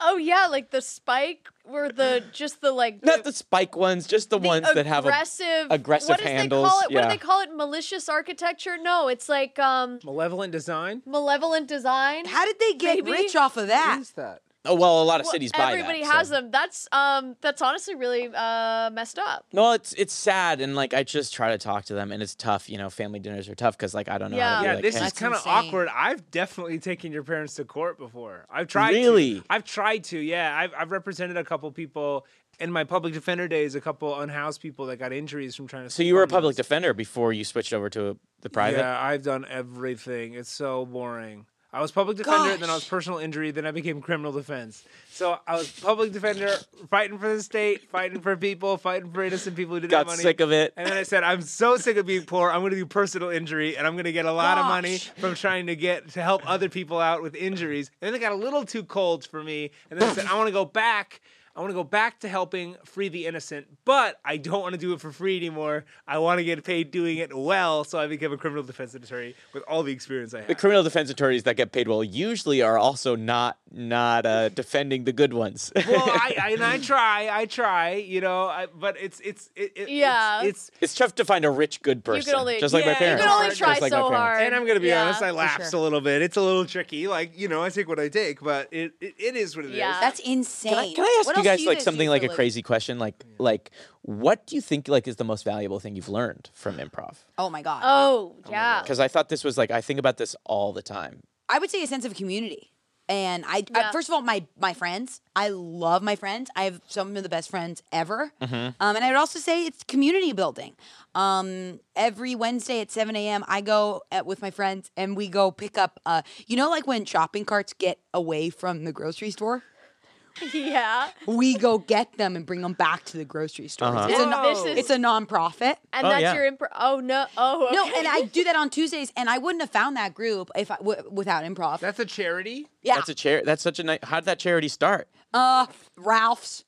Speaker 3: Oh yeah, like the spike where the just the like
Speaker 4: Not the spike ones, just the, ones that have a
Speaker 3: aggressive
Speaker 4: aggressive
Speaker 3: what is They call
Speaker 4: handles,
Speaker 3: it? What do
Speaker 4: yeah.
Speaker 3: they call it? Malicious architecture? No, it's like um
Speaker 1: Malevolent design.
Speaker 3: malevolent design.
Speaker 2: How did they get
Speaker 3: Maybe.
Speaker 2: rich off of that?
Speaker 1: What is that?
Speaker 4: Oh well, a lot of
Speaker 3: Well,
Speaker 4: cities buy
Speaker 3: everybody
Speaker 4: that,
Speaker 3: has
Speaker 4: so.
Speaker 3: them. That's um that's honestly really uh messed up.
Speaker 4: No, it's it's sad and like I just try to talk to them and it's tough, you know, family dinners are tough cuz like I don't know how to
Speaker 3: Yeah.
Speaker 4: be
Speaker 1: Yeah,
Speaker 4: like,
Speaker 1: this
Speaker 4: "Hey,
Speaker 1: is
Speaker 2: That's
Speaker 1: kind of
Speaker 2: insane.
Speaker 1: awkward. I've definitely taken your parents to court before. I've tried.
Speaker 4: Really?
Speaker 1: To. I've tried to. Yeah, I've I've represented a couple people in my public defender days. A couple unhoused people that got injuries from trying to.
Speaker 4: So you were a
Speaker 1: sleep on
Speaker 4: public
Speaker 1: those.
Speaker 4: defender before you switched over to the private?
Speaker 1: Yeah, I've done everything. It's so boring. I was public defender, then I was
Speaker 2: Gosh.
Speaker 1: personal injury, then I became criminal defense. So I was public defender, fighting for the state, fighting for people, fighting for innocent people who didn't
Speaker 4: Got
Speaker 1: have money.
Speaker 4: sick of it.
Speaker 1: And then I said, I'm so sick of being poor. I'm going to do personal injury, and I'm going to get a lot of money
Speaker 2: Gosh.
Speaker 1: from trying to get to help other people out with injuries. And then it got a little too cold for me. And then I said, I want to go back. I want to go back to helping free the innocent, but I don't want to do it for free anymore. I want to get paid doing it well, so I became a criminal defense attorney with all the experience I have.
Speaker 4: The criminal defense attorneys that get paid well usually are also not not uh, defending the good ones.
Speaker 1: well, I, I and I try, I try, you know, I, but it's it's it, it,
Speaker 3: Yeah.
Speaker 1: it's, it's
Speaker 4: it's tough to find a rich good person,
Speaker 3: only-
Speaker 4: just like
Speaker 1: yeah,
Speaker 4: my
Speaker 1: you
Speaker 4: parents.
Speaker 1: can only
Speaker 4: just
Speaker 1: try
Speaker 4: like my
Speaker 3: so
Speaker 4: parents.
Speaker 3: hard.
Speaker 1: and I'm gonna be
Speaker 3: Yeah,
Speaker 1: honest, I
Speaker 3: for
Speaker 1: lapsed a little bit. It's a little tricky, like you know, I take what I take, but it it, it is what it is.
Speaker 3: Yeah.
Speaker 2: That's insane.
Speaker 4: Can I, can I ask
Speaker 2: What
Speaker 4: you
Speaker 2: else
Speaker 4: guys
Speaker 2: do
Speaker 4: like
Speaker 2: do
Speaker 4: something
Speaker 2: for
Speaker 4: like a
Speaker 2: living?
Speaker 4: crazy question? Like like what do you think like is the most valuable thing you've learned from improv?
Speaker 2: Oh my god.
Speaker 3: Oh, yeah.
Speaker 4: Because I thought this was like I think about this all the time.
Speaker 2: I would say a sense of community. And I,
Speaker 3: Yeah.
Speaker 2: I first of all, my my friends. I love my friends. I have some of the best friends ever. Um, and I would also say it's community building. Um, every Wednesday at seven a.m., I go at, with my friends and we go pick up. Uh, you know, like when shopping carts get away from the grocery store,
Speaker 3: yeah.
Speaker 2: we go get them and bring them back to the grocery store.
Speaker 4: Uh-huh.
Speaker 2: It's, a, non-
Speaker 1: Whoa.
Speaker 3: This is-
Speaker 2: it's a nonprofit.
Speaker 3: And
Speaker 4: Oh,
Speaker 3: that's
Speaker 4: yeah.
Speaker 3: your improv. Oh, no. Oh, okay.
Speaker 2: No, and I do that on Tuesdays, and I wouldn't have found that group if I, w- without improv.
Speaker 1: That's a charity.
Speaker 2: yeah,
Speaker 4: That's a chair. That's such a nice. How did that charity start?
Speaker 2: uh, Ralph's.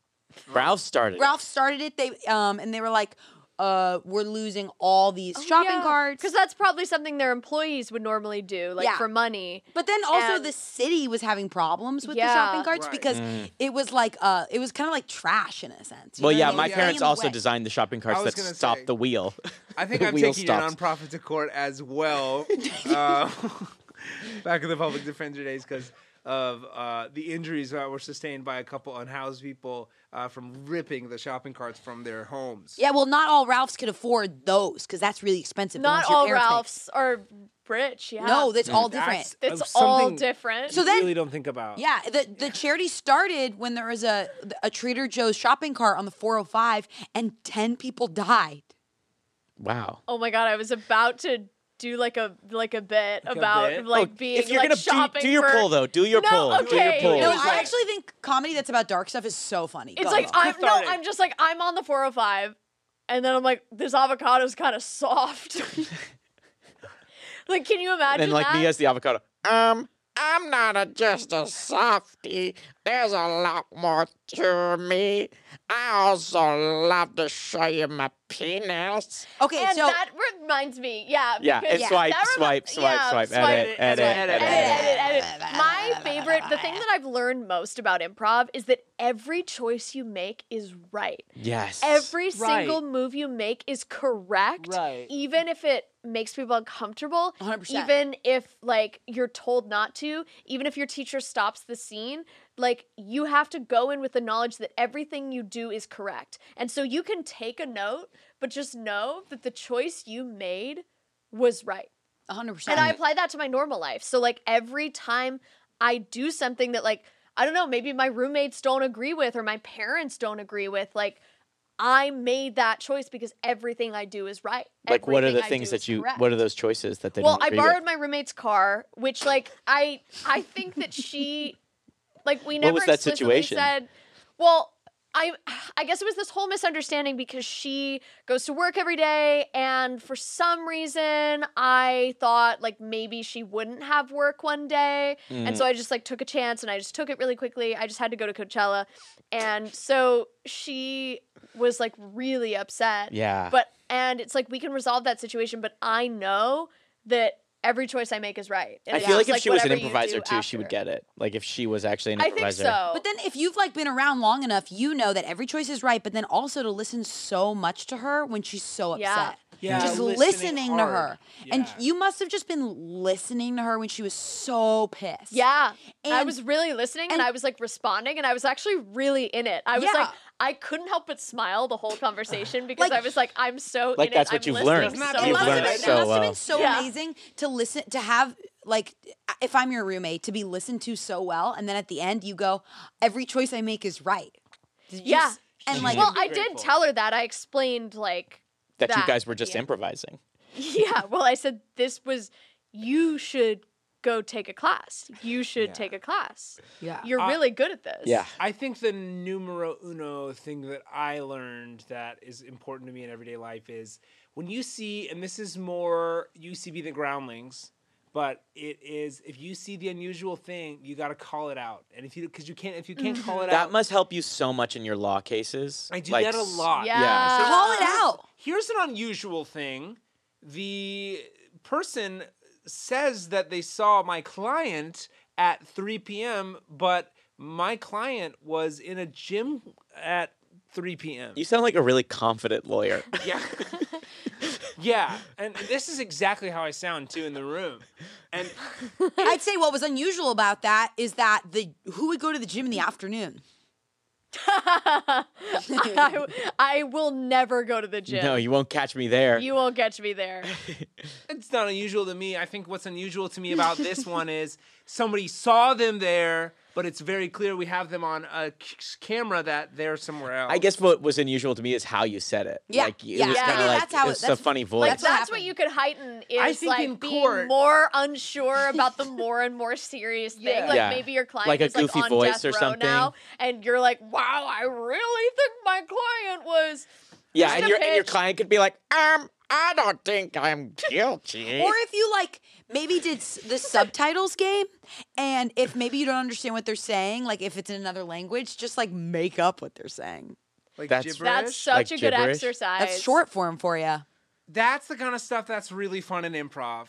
Speaker 4: Ralph started. it.
Speaker 2: Ralph started it. They um and they were like, uh, we're losing all these
Speaker 3: Oh,
Speaker 2: shopping carts.
Speaker 3: Because that's probably something their employees would normally do, like
Speaker 2: Yeah.
Speaker 3: for money.
Speaker 2: But then also
Speaker 3: And-
Speaker 2: the city was having problems with the
Speaker 3: Yeah.
Speaker 2: shopping carts
Speaker 1: Right.
Speaker 2: because it was like uh it was kind of like trash in a sense. you
Speaker 4: Mm. Well,
Speaker 2: know
Speaker 4: yeah,
Speaker 2: what I
Speaker 4: my
Speaker 2: mean? It was
Speaker 4: parents
Speaker 2: getting in the
Speaker 4: also
Speaker 2: way.
Speaker 4: designed the shopping carts
Speaker 1: I was
Speaker 4: that
Speaker 1: gonna
Speaker 4: stop
Speaker 1: say-
Speaker 4: the wheel.
Speaker 1: I think
Speaker 4: The
Speaker 1: I'm
Speaker 4: wheel
Speaker 1: taking
Speaker 4: stops.
Speaker 1: your nonprofit to court as well. uh, back in the public defender days because of uh, the injuries that were sustained by a couple unhoused people uh, from ripping the shopping carts from their homes.
Speaker 2: Yeah, well, not all Ralphs could afford those because that's really expensive.
Speaker 3: Not
Speaker 2: unless you're
Speaker 3: all
Speaker 2: airtight.
Speaker 3: Ralphs are rich. Yeah.
Speaker 2: No, that's
Speaker 4: Mm.
Speaker 2: all different.
Speaker 1: That's-
Speaker 3: it's
Speaker 4: Oh,
Speaker 1: Of
Speaker 3: all
Speaker 1: something-
Speaker 3: different.
Speaker 2: So
Speaker 1: I
Speaker 2: then-
Speaker 1: really don't think about.
Speaker 2: Yeah, the the charity started when there was a a Trader Joe's shopping cart on the 405 and 10 people died.
Speaker 4: Wow.
Speaker 3: oh my god, I was about to do like a like a bit
Speaker 1: a
Speaker 3: about
Speaker 1: bit?
Speaker 3: like
Speaker 4: Oh,
Speaker 3: being
Speaker 4: if you're
Speaker 3: like
Speaker 4: gonna do-
Speaker 3: shopping.
Speaker 4: do, your
Speaker 3: for-
Speaker 4: poll though, do your
Speaker 3: No,
Speaker 4: poll. Do your
Speaker 3: okay.
Speaker 4: poll.
Speaker 2: No,
Speaker 3: It was
Speaker 2: I
Speaker 3: like-
Speaker 2: actually think comedy that's about dark stuff is so funny.
Speaker 3: It's
Speaker 2: Go
Speaker 3: like
Speaker 2: on.
Speaker 3: I'm no,
Speaker 1: cathartic.
Speaker 3: I'm just like I'm on the 405, and then I'm like this avocado's kind of soft. like, can you
Speaker 4: and
Speaker 3: imagine
Speaker 4: then like
Speaker 3: that?
Speaker 4: me as the avocado.
Speaker 5: Um, I'm not a, just a softie. There's a lot more to me. I also love to show you my penis.
Speaker 2: okay,
Speaker 3: and
Speaker 2: so
Speaker 3: that reminds me, yeah,
Speaker 4: Yeah,
Speaker 3: because
Speaker 4: and swipe,
Speaker 3: that remi-
Speaker 4: swipe, swipe,
Speaker 3: yeah,
Speaker 4: swipe, edit, edit, edit,
Speaker 3: edit, edit, edit. My favorite, the thing that I've learned most about improv is that every choice you make is right.
Speaker 4: Yes.
Speaker 3: Every
Speaker 1: Right.
Speaker 3: single move you make is correct,
Speaker 1: Right.
Speaker 3: even if it makes people uncomfortable,
Speaker 2: 100%.
Speaker 3: even if like you're told not to, even if your teacher stops the scene, like you have to go in with the knowledge that everything you do is correct. And so you can take a note, but just know that the choice you made was right.
Speaker 2: 100%.
Speaker 3: And I apply that to my normal life. So like every time I do something that like I don't know, maybe my roommates don't agree with or my parents don't agree with, like I made that choice because everything I do is right.
Speaker 4: like what are
Speaker 3: Everything
Speaker 4: the
Speaker 3: I
Speaker 4: things
Speaker 3: do
Speaker 4: that
Speaker 3: is
Speaker 4: you
Speaker 3: correct.
Speaker 4: what are those choices that they
Speaker 3: Well,
Speaker 4: don't
Speaker 3: I
Speaker 4: agree
Speaker 3: borrowed
Speaker 4: with?
Speaker 3: my roommate's car, which like I I think that she like we never
Speaker 4: was that
Speaker 3: explicitly
Speaker 4: situation?
Speaker 3: said well I I guess it was this whole misunderstanding because she goes to work every day and for some reason I thought like maybe she wouldn't have work one day and
Speaker 4: Mm.
Speaker 3: so I just like took a chance and I just took it really quickly. I just had to go to Coachella. And so she was like really upset.
Speaker 4: Yeah.
Speaker 3: But and it's like we can resolve that situation, but I know that every choice I make is right. And
Speaker 4: I
Speaker 3: it's
Speaker 4: feel like
Speaker 3: just,
Speaker 4: if she was an
Speaker 3: whatever you
Speaker 4: improviser
Speaker 3: do
Speaker 4: too, she would
Speaker 3: after.
Speaker 4: get it. Like if she was actually an
Speaker 3: I think
Speaker 4: improviser.
Speaker 3: so.
Speaker 2: But then if you've like been around long enough, you know that every choice is right, but then also to listen so much to her when she's so upset.
Speaker 3: Yeah.
Speaker 1: Yeah,
Speaker 2: just listening,
Speaker 1: listening
Speaker 2: to
Speaker 1: hard.
Speaker 2: her. And
Speaker 1: Yeah.
Speaker 2: you must have just been listening to her when she was so pissed.
Speaker 3: Yeah. I
Speaker 2: And-
Speaker 3: was really listening
Speaker 2: and-
Speaker 3: and, I was like responding and I was actually really in it. I was
Speaker 2: Yeah.
Speaker 3: like I couldn't help but smile the whole conversation because
Speaker 2: Like-
Speaker 3: I was like, I'm so
Speaker 4: Like
Speaker 3: in
Speaker 4: that's
Speaker 3: it.
Speaker 4: what
Speaker 3: I'm
Speaker 4: you've
Speaker 3: listening
Speaker 4: learned.
Speaker 1: It's not
Speaker 3: So
Speaker 1: the
Speaker 2: it
Speaker 4: You've
Speaker 2: must,
Speaker 3: much.
Speaker 1: learned
Speaker 2: have been,
Speaker 4: so
Speaker 2: it must have
Speaker 4: well.
Speaker 2: been so
Speaker 3: Yeah.
Speaker 2: amazing to listen to have like if I'm your roommate to be listened to so well, and then at the end you go, every choice I make is right. Did you
Speaker 3: Yeah.
Speaker 2: s- and like
Speaker 3: Well, I
Speaker 1: Grateful.
Speaker 3: did tell her that. I explained like
Speaker 4: That, you
Speaker 3: that,
Speaker 4: guys were just
Speaker 3: yeah.
Speaker 4: improvising.
Speaker 3: Yeah, well, I said this was you should go take a class. You should
Speaker 1: Yeah.
Speaker 3: take a class.
Speaker 2: Yeah.
Speaker 3: You're
Speaker 1: Uh,
Speaker 3: really good at this.
Speaker 4: Yeah.
Speaker 1: I think the numero uno thing that I learned that is important to me in everyday life is when you see, and this is more UCB than groundlings, but it is if you see the unusual thing, you got to call it out. And if you, because you can't, if you can't call it out,
Speaker 4: That must help you so much in your law cases.
Speaker 1: I do
Speaker 4: Like,
Speaker 1: that a
Speaker 4: s-
Speaker 1: lot.
Speaker 3: Yeah.
Speaker 4: Yeah.
Speaker 2: Call it out.
Speaker 1: Here's an unusual thing. The person says that they saw my client at 3 p.m., but my client was in a gym at 3 p.m.
Speaker 4: You sound like a really confident lawyer.
Speaker 1: Yeah. yeah. And this is exactly how I sound too in the room. And
Speaker 2: I'd say what was unusual about that is that the who would go to the gym in the afternoon.
Speaker 3: I, I will never go to the gym.
Speaker 4: no, you won't catch me there.
Speaker 3: You won't catch me there.
Speaker 1: it's not unusual to me. I think what's unusual to me about this one is somebody saw them there, but it's very clear we have them on a c- camera that they're somewhere else.
Speaker 4: I guess what was unusual to me is how you said it.
Speaker 2: Yeah,
Speaker 4: Like, it
Speaker 2: yeah.
Speaker 4: was
Speaker 3: Yeah.
Speaker 4: kind
Speaker 3: Maybe
Speaker 4: of like
Speaker 2: that's how it-
Speaker 4: it's a
Speaker 2: that's-
Speaker 4: funny voice.
Speaker 3: Like that's,
Speaker 2: what
Speaker 3: what
Speaker 2: happened.
Speaker 3: you could heighten is
Speaker 1: I think
Speaker 3: like
Speaker 1: in
Speaker 3: being
Speaker 1: court-
Speaker 3: more unsure about the more and more serious thing.
Speaker 1: Yeah.
Speaker 3: Like
Speaker 4: Yeah.
Speaker 3: maybe your client
Speaker 4: Like a
Speaker 3: is
Speaker 4: goofy
Speaker 3: like on
Speaker 4: voice
Speaker 3: death
Speaker 4: or
Speaker 3: row
Speaker 4: something.
Speaker 3: now, and you're like, "Wow, I really think my client was."
Speaker 4: yeah,
Speaker 3: just
Speaker 4: and
Speaker 3: a
Speaker 4: your and your
Speaker 3: pitch.
Speaker 4: client could be like,
Speaker 5: Um, I don't think I'm guilty.
Speaker 2: Or if you like maybe did s- the subtitles game and if maybe you don't understand what they're saying, like if it's in another language, just like make up what they're saying.
Speaker 1: like
Speaker 4: that's-
Speaker 3: That's
Speaker 1: gibberish.
Speaker 3: such
Speaker 4: Like
Speaker 3: a good
Speaker 4: gibberish?
Speaker 3: exercise.
Speaker 2: That's short form for you.
Speaker 1: That's the kind of stuff that's really fun in improv.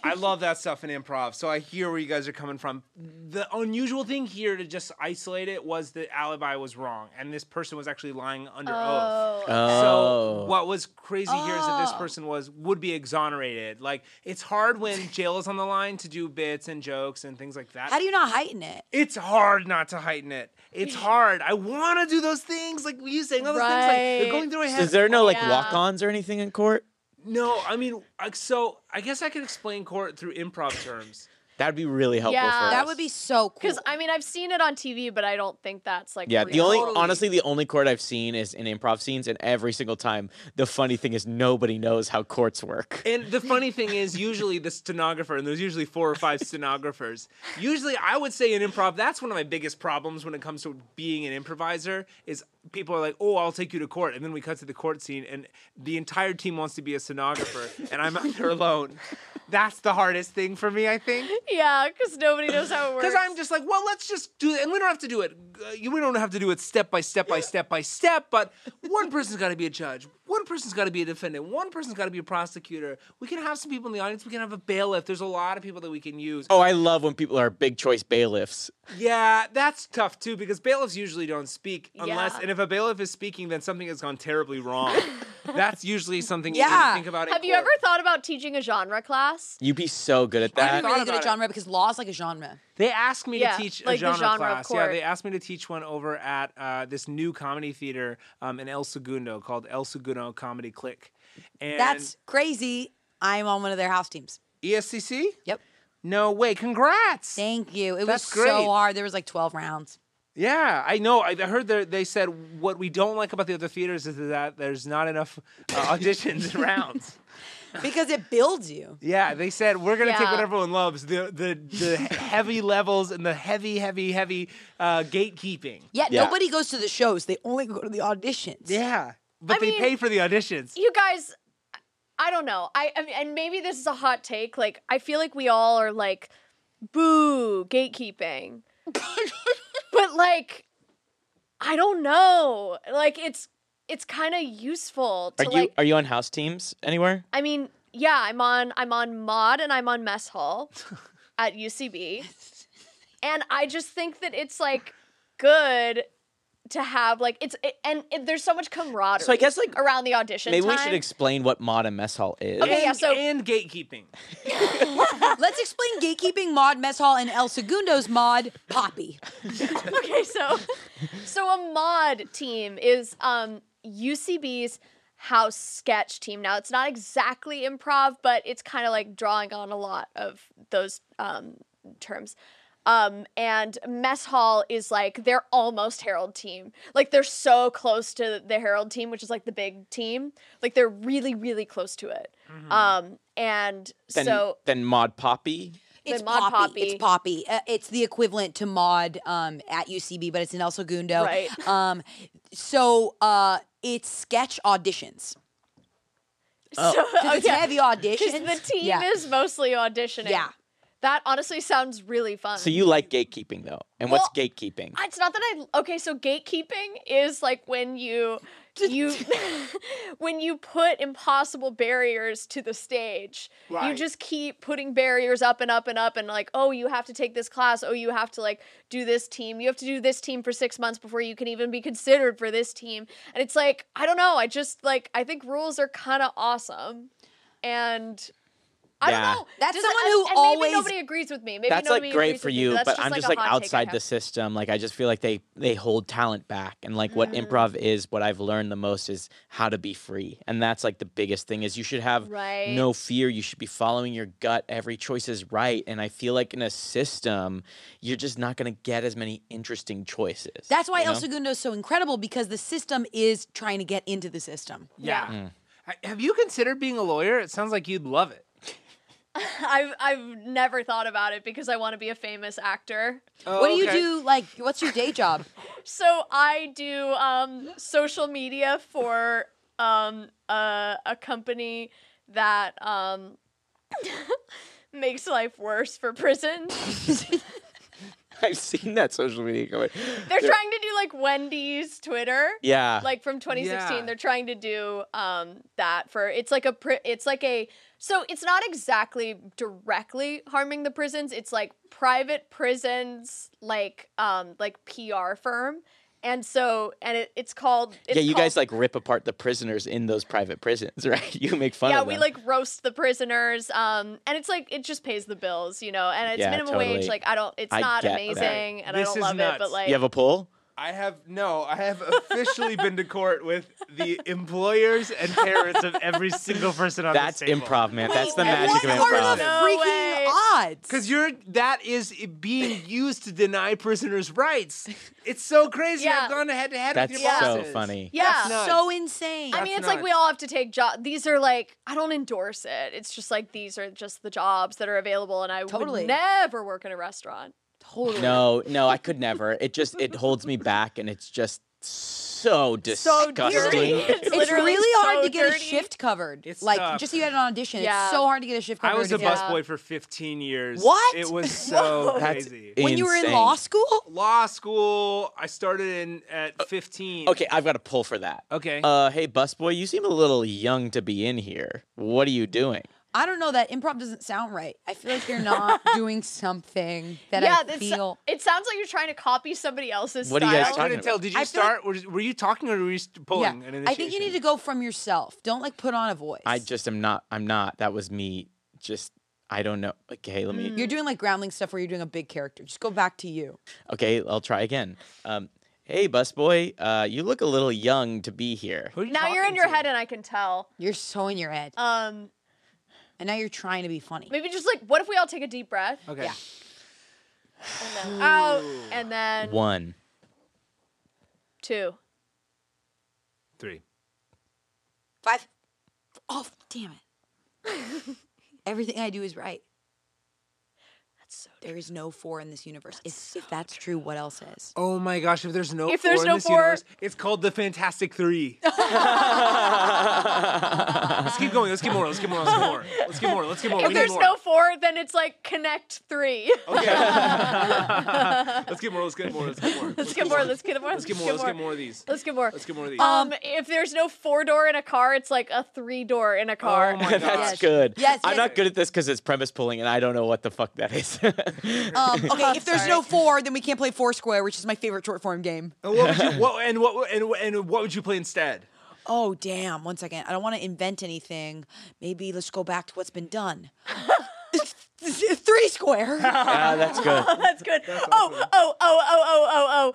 Speaker 1: I love that stuff in improv. So I hear where you guys are coming from. The unusual thing here to just isolate it was the alibi was wrong, and this person was actually lying under oath.
Speaker 3: Oh.
Speaker 4: oh.
Speaker 1: So what was crazy here is that this
Speaker 2: Oh.
Speaker 1: person was would be exonerated. Like it's hard when jail is on the line to do bits and jokes and things like that.
Speaker 2: How do you not heighten it?
Speaker 1: it's hard not to heighten it. It's hard. I want to do those things. Like you saying all those things. Like they're
Speaker 3: Right.
Speaker 1: going through my head.
Speaker 4: Is there no like
Speaker 3: Yeah.
Speaker 4: walk-ons or anything in court?
Speaker 1: No, I mean, like, so I guess I could explain court through improv terms.
Speaker 4: That'd be really helpful
Speaker 3: Yeah.
Speaker 4: for
Speaker 2: That
Speaker 4: us.
Speaker 2: would be so cool.
Speaker 3: Because I mean, I've seen it on TV, but I don't think that's like.
Speaker 4: Yeah, the
Speaker 3: real.
Speaker 4: only
Speaker 1: Totally.
Speaker 4: honestly the only court I've seen is in improv scenes, and every single time the funny thing is nobody knows how courts work.
Speaker 1: And the funny thing is, usually the stenographer, and there's usually four or five stenographers. Usually, I would say in improv, that's one of my biggest problems when it comes to being an improviser. Is people are like, "Oh, I'll take you to court," and then we cut to the court scene, and the entire team wants to be a stenographer, and I'm out there alone. That's the hardest thing for me, I think.
Speaker 3: Yeah, because nobody knows how it works.
Speaker 1: Because I'm just like, well, let's just do it. And we don't have to do it. uh, you- We don't have to do it step by step by step by step. But one person's got to be a judge. One person's got to be a defendant. One person's got to be a prosecutor. We can have some people in the audience. We can have a bailiff. There's a lot of people that we can use.
Speaker 4: Oh, I love when people are big choice bailiffs.
Speaker 1: Yeah, that's tough too because bailiffs usually don't speak unless,
Speaker 3: Yeah.
Speaker 1: and if a bailiff is speaking, then something has gone terribly wrong. that's usually something you
Speaker 2: Yeah.
Speaker 1: think about. in
Speaker 3: Have you ever
Speaker 1: court.
Speaker 3: thought about teaching a genre class?
Speaker 4: You'd be so good at
Speaker 2: I'm
Speaker 4: that.
Speaker 1: thought
Speaker 2: really good
Speaker 1: about
Speaker 2: at
Speaker 1: it.
Speaker 2: genre because law is like a genre.
Speaker 1: They asked me
Speaker 3: Yeah,
Speaker 1: to teach a
Speaker 3: like the
Speaker 1: genre,
Speaker 3: genre of
Speaker 1: class. Yeah,
Speaker 3: court.
Speaker 1: they asked me to teach one over at uh, this new comedy theater um, in El Segundo called El Segundo Comedy Click. And E
Speaker 2: That's crazy. I'm on one of their house teams.
Speaker 1: ESCC.
Speaker 2: Yep.
Speaker 1: No way! Congrats.
Speaker 2: Thank you. It
Speaker 1: That's
Speaker 2: was
Speaker 1: great.
Speaker 2: so hard. There was like 12 rounds.
Speaker 1: Yeah, I know. I I heard that they said what we don't like about the other theaters is that there's not enough uh, auditions and rounds.
Speaker 2: Because it builds you.
Speaker 1: Yeah, they said we're gonna take
Speaker 3: Yeah.
Speaker 1: what everyone loves the the the heavy levels and the heavy, heavy, heavy uh, gatekeeping.
Speaker 2: Yet
Speaker 4: Yeah.
Speaker 2: nobody goes to the shows. They only go to the auditions.
Speaker 1: Yeah, but
Speaker 3: I
Speaker 1: they
Speaker 3: mean-
Speaker 1: pay for the auditions.
Speaker 3: You guys, I don't know. I, I mean, and maybe this is a hot take. Like, I feel like we all are like, boo, gatekeeping. but like, I don't know. Like, it's it's kind of useful
Speaker 4: Are
Speaker 3: to
Speaker 4: you
Speaker 3: like.
Speaker 4: are you on house teams anywhere?
Speaker 3: I mean, yeah, I'm on I'm on mod and I'm on mess hall at UCB. And I just think that it's like good to have like it's it, and it, there's so much camaraderie.
Speaker 4: So I guess, like,
Speaker 3: around the audition
Speaker 4: Maybe we
Speaker 3: time.
Speaker 4: should explain what mod and mess hall is.
Speaker 3: Okay, yeah,
Speaker 1: And-
Speaker 3: so-
Speaker 1: and gatekeeping.
Speaker 2: Let's explain gatekeeping mod mess hall and El Segundo's mod Poppy.
Speaker 3: okay, so so a mod team is um UCB's house sketch team. Now it's not exactly improv, but it's kind of like drawing on a lot of those um terms. Um, and mess hall is like they're almost Herald team. Like they're so close to the Herald team, which is like the big team. Like they're really, really close to it. Um, and
Speaker 4: Then
Speaker 3: so
Speaker 4: then mod poppy.
Speaker 2: It's
Speaker 3: Mod
Speaker 2: Poppy. It's
Speaker 3: Poppy.
Speaker 2: Poppy. Uh, it's the equivalent to Mod um, at UCB, but it's in El Segundo.
Speaker 3: Right.
Speaker 2: Um, so uh, it's sketch auditions.
Speaker 3: So,
Speaker 2: Because it's
Speaker 3: okay.
Speaker 2: heavy
Speaker 3: Oh, 'Cause
Speaker 2: auditions.
Speaker 3: the team
Speaker 2: yeah.
Speaker 3: is mostly auditioning.
Speaker 2: Yeah.
Speaker 3: That honestly sounds really fun.
Speaker 4: So you like gatekeeping though, and what's
Speaker 3: Um, Well,
Speaker 4: gatekeeping?
Speaker 3: It's not that I okay. So gatekeeping is like when you you when you put impossible barriers to the stage. You
Speaker 1: Right.
Speaker 3: just keep putting barriers up and up and up and like oh you have to take this class. Oh you have to like do this team. You have to do this team for six months before you can even be considered for this team. And it's like I don't know. I just like I think rules are kind of awesome, and. I don't
Speaker 4: Yeah.
Speaker 3: know.
Speaker 2: That's
Speaker 3: Does-
Speaker 2: someone
Speaker 3: and-
Speaker 2: who
Speaker 3: and
Speaker 2: always-
Speaker 3: maybe nobody agrees with me. Maybe
Speaker 4: that's
Speaker 3: nobody
Speaker 4: like great
Speaker 3: agrees
Speaker 4: for
Speaker 3: with me,
Speaker 4: you,
Speaker 3: but that's
Speaker 4: but
Speaker 3: just
Speaker 4: I'm just
Speaker 3: a
Speaker 4: like,
Speaker 3: hot take I
Speaker 4: outside
Speaker 3: have.
Speaker 4: the system. Like I just feel like they they hold talent back, and like what
Speaker 3: Mm-hmm.
Speaker 4: improv is, what I've learned the most is how to be free, and that's like the biggest thing is you should have
Speaker 3: Right.
Speaker 4: no fear. You should be following your gut. Every choice is right, and I feel like in a system, you're just not gonna get as many interesting choices.
Speaker 2: That's why
Speaker 4: you know?
Speaker 2: El Segundo is so incredible because the system is trying to get into the system.
Speaker 1: Yeah.
Speaker 3: Yeah.
Speaker 4: Mm.
Speaker 1: I- Have you considered being a lawyer? It sounds like you'd love it.
Speaker 3: I've I've never thought about it because I want to be a famous actor.
Speaker 5: Oh,
Speaker 2: what do you do? Like, what's your day job?
Speaker 3: So I do um, social media for um, a, a company that um, makes life worse for prisons.
Speaker 4: I've seen that social media going.
Speaker 3: They're trying to do like Wendy's Twitter.
Speaker 4: Yeah.
Speaker 3: Like from 2016,
Speaker 1: Yeah.
Speaker 3: they're trying to do um, that for it's like a pri- it's like a so it's not exactly directly harming the prisons. It's like private prisons, like um, like PR firm, and so and it, it's called it's
Speaker 4: yeah, you guys
Speaker 3: called-
Speaker 4: like rip apart the prisoners in those private prisons, right? You make fun
Speaker 3: yeah
Speaker 4: of them.
Speaker 3: we like roast the prisoners, um, and it's like it just pays the bills, you know, and it's
Speaker 4: Yeah,
Speaker 3: minimum wage.
Speaker 4: totally.
Speaker 3: Like I don't, it's
Speaker 4: I
Speaker 3: not
Speaker 4: get that.
Speaker 3: amazing, and
Speaker 1: This
Speaker 3: I don't
Speaker 1: is
Speaker 3: love it,
Speaker 1: nuts.
Speaker 3: but like
Speaker 4: you have a poll.
Speaker 1: I have no. I have officially been to court with the employers and parents of every single person on
Speaker 4: That's
Speaker 1: this table.
Speaker 4: improv, man. That's the
Speaker 2: Wait,
Speaker 4: magic of
Speaker 2: What are
Speaker 4: improv.
Speaker 2: the
Speaker 3: No
Speaker 2: freaking
Speaker 3: way.
Speaker 2: odds?
Speaker 1: Because you're that is being used to deny prisoners' rights. It's so crazy.
Speaker 3: Yeah.
Speaker 1: I've gone head to head with
Speaker 4: That's
Speaker 1: your
Speaker 3: Yeah.
Speaker 4: so
Speaker 1: bosses.
Speaker 4: funny.
Speaker 3: yeah.
Speaker 1: nuts.
Speaker 2: so insane.
Speaker 3: I
Speaker 1: That's
Speaker 3: mean, it's like we
Speaker 1: nuts.
Speaker 3: all have to take jobs. These are like I don't endorse it. It's just like these are just the jobs that are available, and I
Speaker 2: Totally.
Speaker 3: would never work in a restaurant.
Speaker 2: totally.
Speaker 4: No, no, I could never. It just it holds me back, and it's just so disgusting.
Speaker 3: dirty. It's
Speaker 2: It's
Speaker 3: literally
Speaker 2: really hard
Speaker 3: so
Speaker 2: to get
Speaker 3: dirty.
Speaker 2: a shift covered.
Speaker 1: It's
Speaker 2: like
Speaker 1: tough.
Speaker 2: just so you had an audition.
Speaker 3: Yeah.
Speaker 2: It's so hard to get a shift
Speaker 1: I
Speaker 2: covered.
Speaker 1: was a
Speaker 2: if you-
Speaker 3: Yeah.
Speaker 1: busboy for 15 years.
Speaker 2: What?
Speaker 1: It was so
Speaker 4: That's
Speaker 1: crazy.
Speaker 4: it.
Speaker 2: when you were in
Speaker 4: Insane.
Speaker 2: law school.
Speaker 1: Law school. I started in at 15.
Speaker 4: Uh, Okay, I've got a pull for that.
Speaker 1: Okay.
Speaker 4: Uh, hey, busboy, you seem a little young to be in here. What are you doing?
Speaker 2: I don't know that improv doesn't sound right. I feel like you're not doing something that
Speaker 3: yeah,
Speaker 2: I
Speaker 3: that's,
Speaker 2: feel.
Speaker 3: it sounds like you're trying to copy somebody else's.
Speaker 4: What do
Speaker 3: style.
Speaker 4: you guys
Speaker 1: I
Speaker 4: talking
Speaker 1: couldn't
Speaker 4: about?
Speaker 1: tell. Did you
Speaker 2: I feel
Speaker 1: start? were, were you talking or were you st- pulling an initiation?
Speaker 2: I think you need to go from yourself. Don't like put on a voice.
Speaker 4: I just am not. I'm not. That was me. Just I don't know. Okay, let me.
Speaker 2: You're doing like groundling stuff where you're doing a big character. Just go back to you.
Speaker 4: Okay, I'll try again. Um, hey, busboy, uh, you look a little young to be here.
Speaker 1: Who are you
Speaker 3: Now you're in
Speaker 1: talking
Speaker 3: your
Speaker 1: to?
Speaker 3: head, and I can tell.
Speaker 2: You're so in your head,
Speaker 3: Um,
Speaker 2: and now you're trying to be funny.
Speaker 3: maybe just like what if we all take a deep breath
Speaker 1: Okay.
Speaker 2: Yeah.
Speaker 3: and then out, and then
Speaker 4: One.
Speaker 3: two.
Speaker 1: Three.
Speaker 2: Five. Oh, damn it. Everything I do is right.
Speaker 3: That's so.
Speaker 2: There is no four in this universe. If, if that's true, what else is?
Speaker 1: Oh my gosh! If there's no
Speaker 3: If
Speaker 1: four
Speaker 3: there's
Speaker 1: in
Speaker 3: no
Speaker 1: this
Speaker 3: four-
Speaker 1: universe, it's called the Fantastic Three. let's keep going. Let's get more. Let's get more. Let's get more. Let's get more. Let's get more.
Speaker 3: If
Speaker 1: we
Speaker 3: there's
Speaker 1: need more.
Speaker 3: no four, then it's like connect three.
Speaker 1: let's get more. Let's get more. Let's get more.
Speaker 3: Let's get more. Let's get more.
Speaker 1: Let's get more. Let's get more of these.
Speaker 3: Let's get more.
Speaker 1: Let's get more of these.
Speaker 3: Um, if there's no four door in a car, it's like a three door in a car.
Speaker 1: oh my
Speaker 4: That's
Speaker 1: gosh!
Speaker 4: good.
Speaker 2: Yes,
Speaker 4: I'm
Speaker 2: yes.
Speaker 4: not good at this because it's premise pulling, and I don't know what the fuck that is.
Speaker 2: Um, okay, if there's no four, then we can't play Foursquare, which is my favorite short form game.
Speaker 1: And what would you? What and what and and what would you play instead?
Speaker 2: Oh, damn. One second. I don't want to invent anything. Maybe let's go back to what's been done. Three square.
Speaker 4: ah, that's good.
Speaker 3: That's good. oh, oh, oh, oh, oh, oh, oh.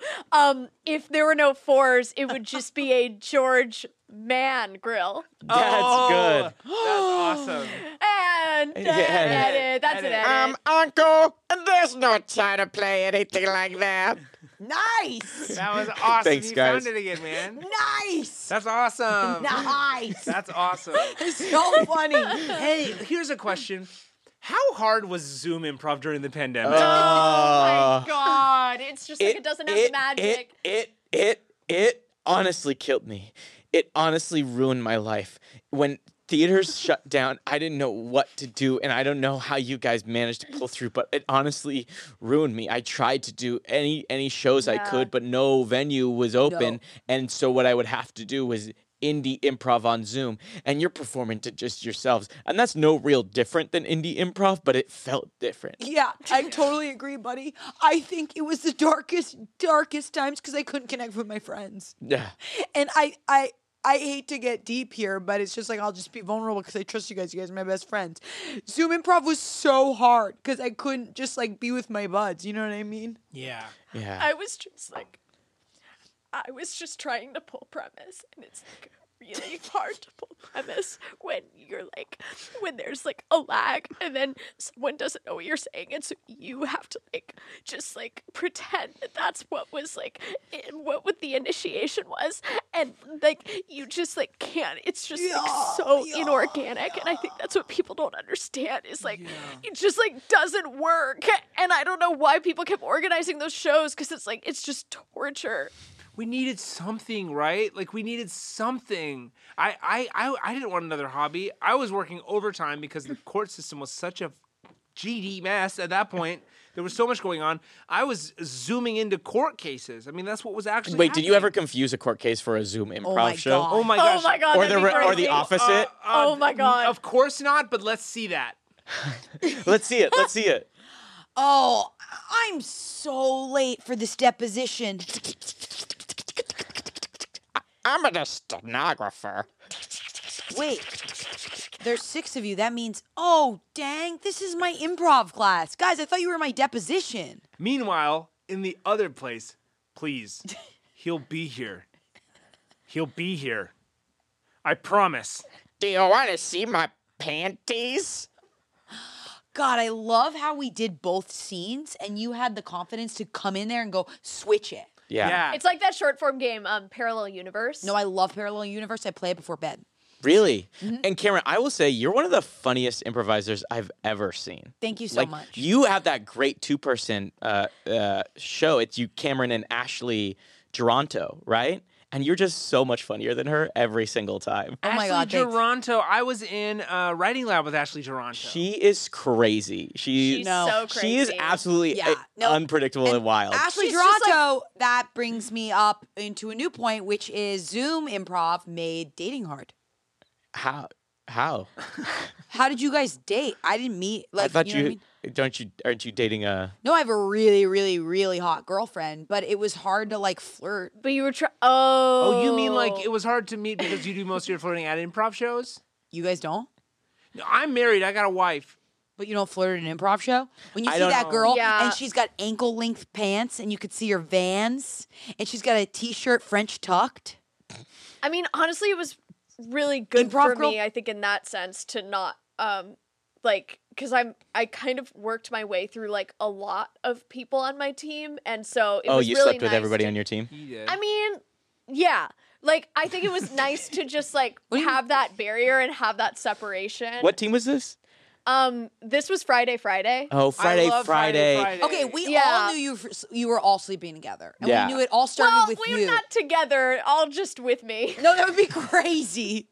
Speaker 3: Um, if there were no fours, it would just be a George Mann grill.
Speaker 2: Oh.
Speaker 4: That's good.
Speaker 1: Oh, That's awesome.
Speaker 3: And
Speaker 4: Yeah, edit.
Speaker 3: edit. that's an
Speaker 1: Edit.
Speaker 3: edit.
Speaker 5: Um, Uncle, there's no time to play anything like that.
Speaker 2: nice.
Speaker 1: That was awesome.
Speaker 4: Thanks,
Speaker 1: you
Speaker 4: guys.
Speaker 1: found it again, man.
Speaker 2: Nice.
Speaker 1: That's awesome.
Speaker 2: Nice.
Speaker 1: That's awesome.
Speaker 2: so funny.
Speaker 1: hey, here's a question. How hard was Zoom improv during the pandemic?
Speaker 3: oh
Speaker 4: Oh.
Speaker 3: my god! It's just like it, doesn't have the magic.
Speaker 4: It, it, it, it honestly killed me. It honestly ruined my life. When theaters shut down, I didn't know what to do, and I don't know how you guys managed to pull through, but it honestly ruined me. I tried to do any any shows I
Speaker 3: Yeah.
Speaker 4: could, but no venue was open, and so what I would have to do was indie improv on Zoom, and you're performing to just yourselves, and that's no real different than indie improv, but it felt different.
Speaker 2: Yeah, I totally agree, buddy. I think it was the darkest, darkest times because I couldn't connect with my friends.
Speaker 4: Yeah.
Speaker 2: And I, I, I hate to get deep here, but it's just like I'll just be vulnerable because I trust you guys. You guys are my best friends. Zoom improv was so hard because I couldn't just like be with my buds. You know what I mean?
Speaker 1: Yeah.
Speaker 4: Yeah.
Speaker 3: I was just like, I was just trying to pull premise, and it's like really hard to pull premise when you're like, when there's like a lag, and then someone doesn't know what you're saying, and so you have to like just like pretend that that's what was like, in, what what the initiation was, and like you just like can't. It's just like so inorganic, and I think that's what people don't understand is like it just like doesn't work, and I don't know why people kept organizing those shows because it's like it's just torture.
Speaker 1: we needed something, right? Like we needed something. I I I, I didn't want another hobby. I was working overtime because the court system was such a GD mess at that point. There was so much going on. I was zooming into court cases. I mean, that's what was actually.
Speaker 4: Wait, did you ever
Speaker 1: happening.
Speaker 4: confuse a court case for a Zoom improv
Speaker 2: my
Speaker 4: show?
Speaker 2: God.
Speaker 1: Oh my
Speaker 3: Oh
Speaker 1: gosh!
Speaker 3: my god!
Speaker 4: Or
Speaker 3: that'd
Speaker 4: the
Speaker 3: be
Speaker 4: re- or the
Speaker 3: crazy.
Speaker 4: office-
Speaker 1: Uh,
Speaker 4: opposite?
Speaker 1: uh,
Speaker 3: Oh my God.
Speaker 1: Of course not. But let's see that.
Speaker 4: Let's see it. Let's see it.
Speaker 2: Oh, I'm so late for this deposition.
Speaker 5: I'm a stenographer.
Speaker 2: Wait, there's six of you. That means, oh, dang, this is my improv class. Guys, I thought you were my deposition.
Speaker 1: Meanwhile, in the other place, please, he'll be here. He'll be here. I promise.
Speaker 5: Do you want to see my panties?
Speaker 2: God, I love how we did both scenes and you had the confidence to come in there and go, switch it.
Speaker 4: Yeah.
Speaker 3: It's like that short form game, um, Parallel Universe.
Speaker 2: No, I love Parallel Universe. I play it before bed.
Speaker 4: Really? And Cameron, I will say you're one of the funniest improvisers I've ever seen.
Speaker 2: Thank you so
Speaker 4: like
Speaker 2: much.
Speaker 4: you have that great two person uh, uh, show. It's you, Cameron, and Ashley Duranto, right? And you're just so much funnier than her every single time.
Speaker 2: oh my
Speaker 1: Ashley
Speaker 2: God. thanks.
Speaker 1: Geronto. I was in uh, writing lab with Ashley Geronto.
Speaker 4: She is crazy. She
Speaker 3: She's
Speaker 2: No.
Speaker 3: so crazy.
Speaker 4: she is absolutely
Speaker 2: Yeah,
Speaker 4: uh,
Speaker 2: no,
Speaker 4: unpredictable and, wild.
Speaker 2: Ashley
Speaker 3: She's just like-
Speaker 2: Toronto, that brings me up into a new point, which is Zoom improv made dating hard.
Speaker 4: how? How?
Speaker 2: How did you guys date? I didn't meet. Like,
Speaker 4: I thought
Speaker 2: you.
Speaker 4: you,
Speaker 2: know what I mean?
Speaker 4: don't you aren't you dating a
Speaker 2: No, I have a really, really, really hot girlfriend, but it was hard to like flirt.
Speaker 3: But you were trying. Oh.
Speaker 1: Oh, you mean like it was hard to meet because you do most of your flirting at improv shows?
Speaker 2: You guys don't?
Speaker 1: No, I'm married. I got a wife.
Speaker 2: But you don't flirt at an improv show? When you
Speaker 4: I
Speaker 2: see
Speaker 4: don't
Speaker 2: that
Speaker 4: know.
Speaker 2: girl
Speaker 3: Yeah.
Speaker 2: and she's got ankle length pants and you could see her vans and she's got a t shirt French tucked.
Speaker 3: I mean, honestly, it was really good
Speaker 2: Improv
Speaker 3: for
Speaker 2: girl?
Speaker 3: me. I think in that sense to not um like because I'm I kind of worked my way through like a lot of people on my team, and so it
Speaker 4: Oh,
Speaker 3: was
Speaker 4: you
Speaker 3: really
Speaker 4: slept with
Speaker 3: nice
Speaker 4: everybody
Speaker 3: to-
Speaker 4: on your team?
Speaker 1: He did.
Speaker 3: I mean, yeah. Like I think it was nice to just like have that barrier and have that separation.
Speaker 4: What team was this?
Speaker 3: Um, this was Friday, Friday.
Speaker 4: Oh,
Speaker 1: I
Speaker 4: Friday,
Speaker 1: love
Speaker 4: Friday.
Speaker 2: Okay, we
Speaker 3: Yeah.
Speaker 2: all knew you f- you were all sleeping together. And
Speaker 4: Yeah.
Speaker 2: we knew it all started
Speaker 3: well,
Speaker 2: with
Speaker 3: we're
Speaker 2: you.
Speaker 3: not together. All just with me.
Speaker 2: no, that would be crazy.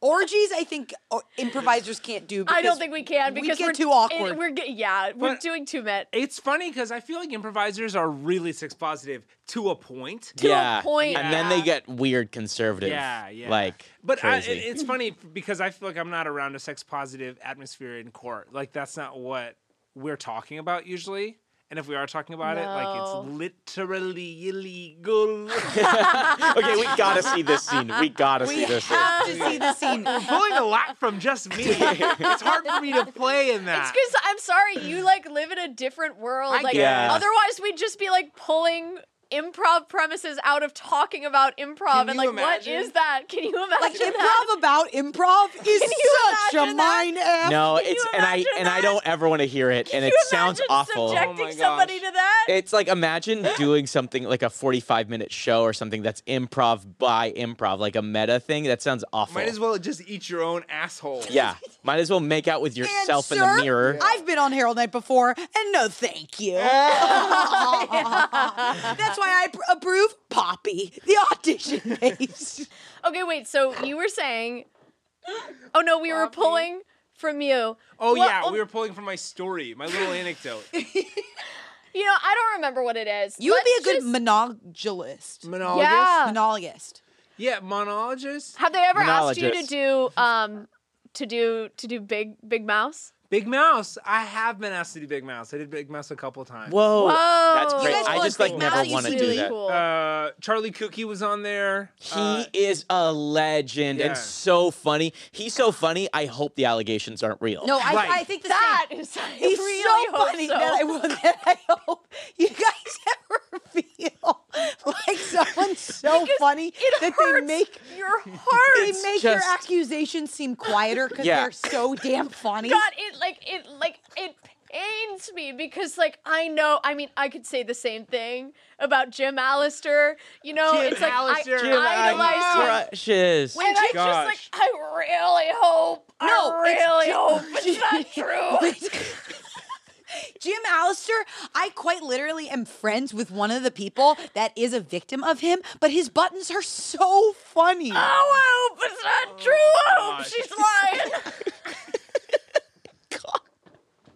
Speaker 2: Orgies, I think o- improvisers can't do.
Speaker 3: I
Speaker 2: because
Speaker 3: don't think we can
Speaker 2: we
Speaker 3: because
Speaker 2: get
Speaker 3: are
Speaker 2: too awkward.
Speaker 3: we're ge- yeah, we're
Speaker 1: But-
Speaker 3: doing too much.
Speaker 1: It's funny because I feel like improvisers are really sex positive to a point.
Speaker 3: to a point.
Speaker 4: And then they
Speaker 3: Yeah.
Speaker 4: get weird conservative.
Speaker 1: Yeah, yeah.
Speaker 4: Like,
Speaker 1: But I, it,
Speaker 4: crazy.
Speaker 1: it's funny because I feel like I'm not around a sex positive atmosphere in court. Like that's not what we're talking about usually. And if we are talking about it, like
Speaker 3: No.
Speaker 1: it's literally illegal.
Speaker 4: okay, we gotta see this scene. We gotta see
Speaker 2: we
Speaker 4: this scene.
Speaker 2: have to see the scene.
Speaker 1: Pulling a lot from just me. it's hard for me to play in that.
Speaker 3: It's because I'm sorry, you like live in a different world.
Speaker 1: I
Speaker 3: like
Speaker 1: guess.
Speaker 3: otherwise we'd just be like pulling improv premises out of talking about improv
Speaker 1: Can
Speaker 3: and
Speaker 1: you
Speaker 3: like what
Speaker 1: imagine?
Speaker 3: is that? Can you imagine
Speaker 2: Like
Speaker 3: that?
Speaker 2: improv about improv is
Speaker 3: you
Speaker 2: such a
Speaker 3: imagine that?
Speaker 2: mind f.
Speaker 4: No,
Speaker 3: you
Speaker 4: it's and I
Speaker 3: imagine
Speaker 4: and I
Speaker 3: that?
Speaker 4: don't ever want to hear it, and
Speaker 3: Can
Speaker 4: it
Speaker 3: you
Speaker 4: sounds
Speaker 3: imagine
Speaker 4: awful.
Speaker 1: Oh
Speaker 3: Subjecting
Speaker 1: my
Speaker 3: somebody
Speaker 1: gosh.
Speaker 3: to that.
Speaker 4: It's like imagine doing something like a 45 minute show or something that's improv by improv, like a meta thing. That sounds awful.
Speaker 1: Might as well just eat your own asshole.
Speaker 4: Yeah. Might as well make out with
Speaker 2: And,
Speaker 4: yourself in
Speaker 2: sir,
Speaker 4: the mirror.
Speaker 2: I've been on Harold Night before, and no, thank you. That's why I pr- approve Poppy, the audition based.
Speaker 3: Okay, wait. So you were saying? Oh no, we were pulling from you.
Speaker 1: Oh
Speaker 3: Well,
Speaker 1: yeah, we were pulling from my story, my little anecdote.
Speaker 3: You know, I don't remember what it is.
Speaker 2: You would be a
Speaker 3: Let's
Speaker 2: good
Speaker 3: just-
Speaker 2: monologist.
Speaker 1: Monologist.
Speaker 3: Yeah.
Speaker 2: Monologist.
Speaker 1: Yeah, monologist.
Speaker 3: Have they ever asked you to
Speaker 4: Monologist.
Speaker 3: do um to do to do big big mouse?
Speaker 1: Big Mouse. I have been asked to do Big Mouse. I did Big Mouse a couple times.
Speaker 4: Whoa.
Speaker 3: Whoa.
Speaker 4: Oh, That's
Speaker 3: You
Speaker 4: great.
Speaker 2: Oh, guys
Speaker 4: I
Speaker 2: want
Speaker 4: just like
Speaker 2: Big
Speaker 4: never
Speaker 2: Mouth? You
Speaker 4: want to
Speaker 2: see
Speaker 4: do
Speaker 2: really
Speaker 4: that.
Speaker 3: Cool.
Speaker 1: Uh, Charlie Cookie was on there.
Speaker 4: He
Speaker 1: Uh,
Speaker 4: is a legend
Speaker 1: yeah.
Speaker 4: and so funny. He's so funny. I hope the allegations aren't real.
Speaker 2: No, I,
Speaker 1: Right.
Speaker 2: I think the
Speaker 3: that
Speaker 2: same.
Speaker 3: is I
Speaker 2: He's
Speaker 3: really
Speaker 2: so
Speaker 3: hope
Speaker 2: funny
Speaker 3: so.
Speaker 2: that I will. That I hope you guys ever feel like someone's so funny
Speaker 3: it
Speaker 2: that
Speaker 3: hurts
Speaker 2: they make
Speaker 3: your heart.
Speaker 2: they make
Speaker 4: just-
Speaker 2: your accusations seem quieter because
Speaker 4: Yeah.
Speaker 2: they're so damn funny.
Speaker 3: God, it like it like it pains me because like I know. I mean, I could say the same thing about Jim Allister. You know,
Speaker 1: Jim
Speaker 3: it's like
Speaker 1: Allister.
Speaker 3: I
Speaker 4: uh,
Speaker 1: Jim
Speaker 3: idolize him.
Speaker 4: Crushes.
Speaker 3: And I just like
Speaker 1: Gosh.
Speaker 3: I really hope.
Speaker 2: No,
Speaker 3: I
Speaker 2: it's
Speaker 3: really
Speaker 2: Jim-
Speaker 3: hope it's not true.
Speaker 2: Jim Allister, I quite literally am friends with one of the people that is a victim of him, but his buttons are so funny.
Speaker 3: Oh, I hope it's not true. I hope
Speaker 1: gosh.
Speaker 3: she's lying.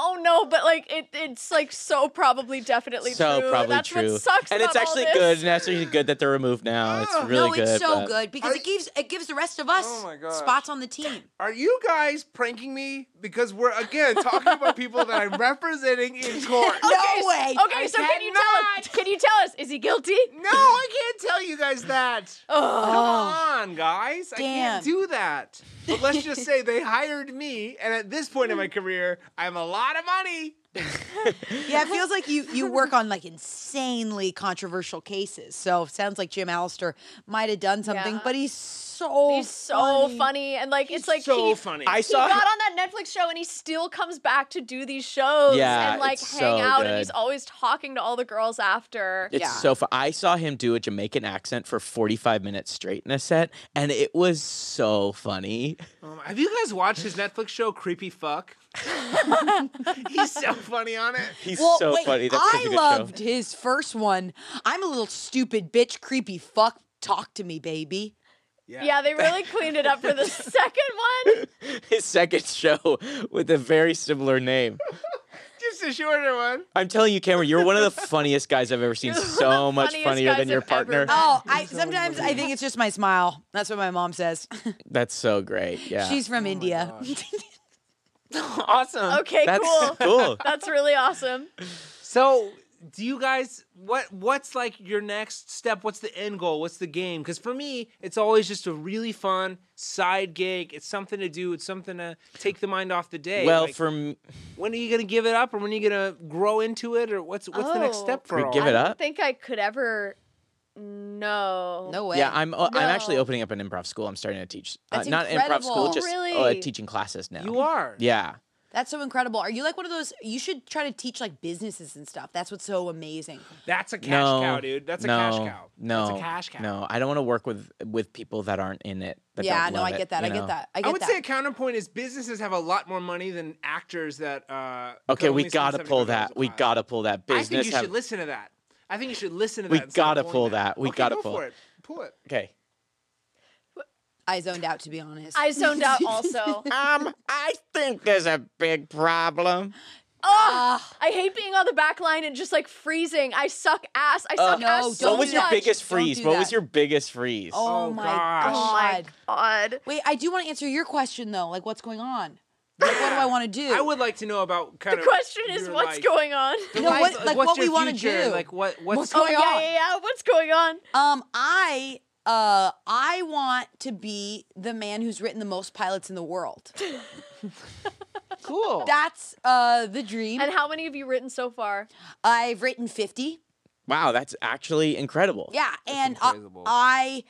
Speaker 3: Oh no, but like it, it's like so probably definitely
Speaker 4: so
Speaker 3: true.
Speaker 4: probably
Speaker 3: That's
Speaker 4: true.
Speaker 3: what sucks.
Speaker 4: and
Speaker 3: about
Speaker 4: it's actually
Speaker 3: all
Speaker 4: good.
Speaker 3: this.
Speaker 4: And it's actually good that they're removed now. It's really
Speaker 2: no,
Speaker 4: good.
Speaker 2: it's so
Speaker 4: but-
Speaker 2: good because it gives it gives the rest of us
Speaker 1: Oh my gosh.
Speaker 2: spots on the team.
Speaker 1: Are you guys pranking me? Because we're again talking about people that I'm representing in court.
Speaker 3: Oh.
Speaker 2: no way.
Speaker 3: Okay, so can you tell us? Can you tell us? Is he guilty?
Speaker 1: No, I can't tell you guys that.
Speaker 3: Ugh.
Speaker 1: Come on, guys. I
Speaker 2: Damn.
Speaker 1: can't do that. But let's just say they hired me, and at this point in my career, I'm a lot of money.
Speaker 2: Yeah, it feels like you you work on like insanely controversial cases. So it sounds like Jim Allister might have done something,
Speaker 3: Yeah.
Speaker 2: but he's so
Speaker 3: He's so funny, and like it's like
Speaker 1: so
Speaker 3: he,
Speaker 1: funny.
Speaker 4: I
Speaker 3: he
Speaker 4: saw.
Speaker 3: got on that Netflix show, and he still comes back to do these shows
Speaker 4: Yeah,
Speaker 3: and like
Speaker 4: it's
Speaker 3: hang
Speaker 4: so
Speaker 3: out, and
Speaker 4: good.
Speaker 3: he's always talking to all the girls after.
Speaker 4: It's
Speaker 2: Yeah.
Speaker 4: so fun. I saw him do a Jamaican accent for 45 minutes straight in a set, and it was so funny.
Speaker 1: Um, have you guys watched his Netflix show, Creepy Fuck? He's so funny on it.
Speaker 4: He's
Speaker 2: Well,
Speaker 4: so
Speaker 2: wait,
Speaker 4: funny. That's such
Speaker 2: I
Speaker 4: a good
Speaker 2: loved
Speaker 4: show.
Speaker 2: his first one. I'm a little stupid bitch, creepy fuck. Talk to me, baby.
Speaker 3: Yeah, they really cleaned it up for the second one.
Speaker 4: His second show with a very similar name.
Speaker 1: Just a shorter one.
Speaker 4: I'm telling you, Cameron, you're one of the funniest guys I've ever seen.
Speaker 3: You're one of
Speaker 4: so
Speaker 3: the
Speaker 4: much
Speaker 3: funniest
Speaker 4: funnier
Speaker 3: guys
Speaker 4: than your
Speaker 3: I've ever
Speaker 4: partner.
Speaker 3: met.
Speaker 2: Oh, I sometimes I think it's just my smile. That's what my mom says.
Speaker 4: That's so great. Yeah.
Speaker 2: She's from India.
Speaker 1: awesome.
Speaker 3: Okay,
Speaker 4: That's
Speaker 3: cool.
Speaker 4: cool.
Speaker 3: That's really awesome.
Speaker 1: So, do you guys what what's like your next step? What's the end goal? What's the game? Because for me, it's always just a really fun side gig. It's something to do. It's something to take the mind off the day.
Speaker 4: well,
Speaker 1: Like,
Speaker 4: from
Speaker 1: when are you gonna give it up, or when are you gonna grow into it, or what's what's the next
Speaker 3: Oh.
Speaker 1: step for
Speaker 4: we
Speaker 1: all
Speaker 4: give
Speaker 1: that?
Speaker 4: it
Speaker 3: I
Speaker 4: up.
Speaker 3: don't think I could ever. No.
Speaker 2: No way.
Speaker 4: Yeah, I'm. uh, I'm actually
Speaker 3: No.
Speaker 4: opening up an improv school. I'm starting to teach. Uh,
Speaker 2: That's
Speaker 4: not improv school,
Speaker 2: incredible.
Speaker 4: just uh,
Speaker 3: Really?
Speaker 4: teaching classes now.
Speaker 1: You are.
Speaker 4: Yeah.
Speaker 2: That's so incredible. Are you like one of those? You should try to teach like businesses and stuff. That's what's so amazing.
Speaker 1: That's a cash
Speaker 4: no,
Speaker 1: cow, dude. That's a
Speaker 4: no,
Speaker 1: cash cow.
Speaker 4: No,
Speaker 1: That's a cash cow.
Speaker 4: No, I don't want to work with with people that aren't in it. That
Speaker 2: yeah,
Speaker 4: don't
Speaker 2: no,
Speaker 4: love
Speaker 2: I
Speaker 4: it,
Speaker 2: get that.
Speaker 4: you
Speaker 2: I get
Speaker 4: know?
Speaker 2: that. I get
Speaker 1: I would
Speaker 2: that.
Speaker 1: say a counterpoint is businesses have a lot more money than actors that. Uh,
Speaker 4: Okay,
Speaker 1: could
Speaker 4: we
Speaker 1: only spend
Speaker 4: gotta pull
Speaker 1: $75
Speaker 4: that.
Speaker 1: a
Speaker 4: We
Speaker 1: pop.
Speaker 4: gotta pull that.
Speaker 1: I think
Speaker 4: Business.
Speaker 1: you
Speaker 4: have-
Speaker 1: should listen to that. I think you should listen to that.
Speaker 4: We
Speaker 1: instead of
Speaker 4: gotta
Speaker 1: pulling
Speaker 4: pull that. We
Speaker 1: Okay,
Speaker 4: gotta
Speaker 1: go
Speaker 4: pull.
Speaker 1: for it. Pull it.
Speaker 4: okay.
Speaker 2: I zoned out to be honest.
Speaker 3: I zoned out also.
Speaker 5: Um, I think there's a big problem.
Speaker 2: Ah.
Speaker 3: Ugh, Ah, I hate being on the back line and just like freezing. I suck ass. I suck
Speaker 4: no,
Speaker 3: ass.
Speaker 2: Uh, don't
Speaker 3: so
Speaker 4: what was your
Speaker 3: much.
Speaker 2: touch.
Speaker 4: biggest
Speaker 2: Don't
Speaker 4: freeze?
Speaker 2: do
Speaker 4: What was
Speaker 2: that.
Speaker 4: your biggest freeze?
Speaker 2: Oh,
Speaker 1: Oh,
Speaker 2: my
Speaker 1: gosh.
Speaker 3: Oh my
Speaker 2: god.
Speaker 3: god.
Speaker 2: Wait, I do want to answer your question though. Like, what's going on? Like, what do I want to do?
Speaker 1: I would like to know about kind
Speaker 3: The
Speaker 1: of.
Speaker 3: question is,
Speaker 1: your
Speaker 3: what's
Speaker 1: life.
Speaker 3: going on?
Speaker 1: The
Speaker 2: No,
Speaker 1: life-
Speaker 2: what- like, what
Speaker 1: your
Speaker 2: we wanna
Speaker 1: future and,
Speaker 2: do.
Speaker 1: Like what? What's,
Speaker 2: What's
Speaker 3: Oh
Speaker 2: going
Speaker 3: yeah,
Speaker 2: on?
Speaker 3: yeah, yeah. What's going on?
Speaker 2: Um, I uh, I want to be the man who's written the most pilots in the world.
Speaker 1: cool?
Speaker 2: That's uh the dream.
Speaker 3: And how many have you written so far?
Speaker 2: I've written fifty.
Speaker 4: Wow, that's actually incredible.
Speaker 2: Yeah, and uh,
Speaker 1: incredible.
Speaker 2: I,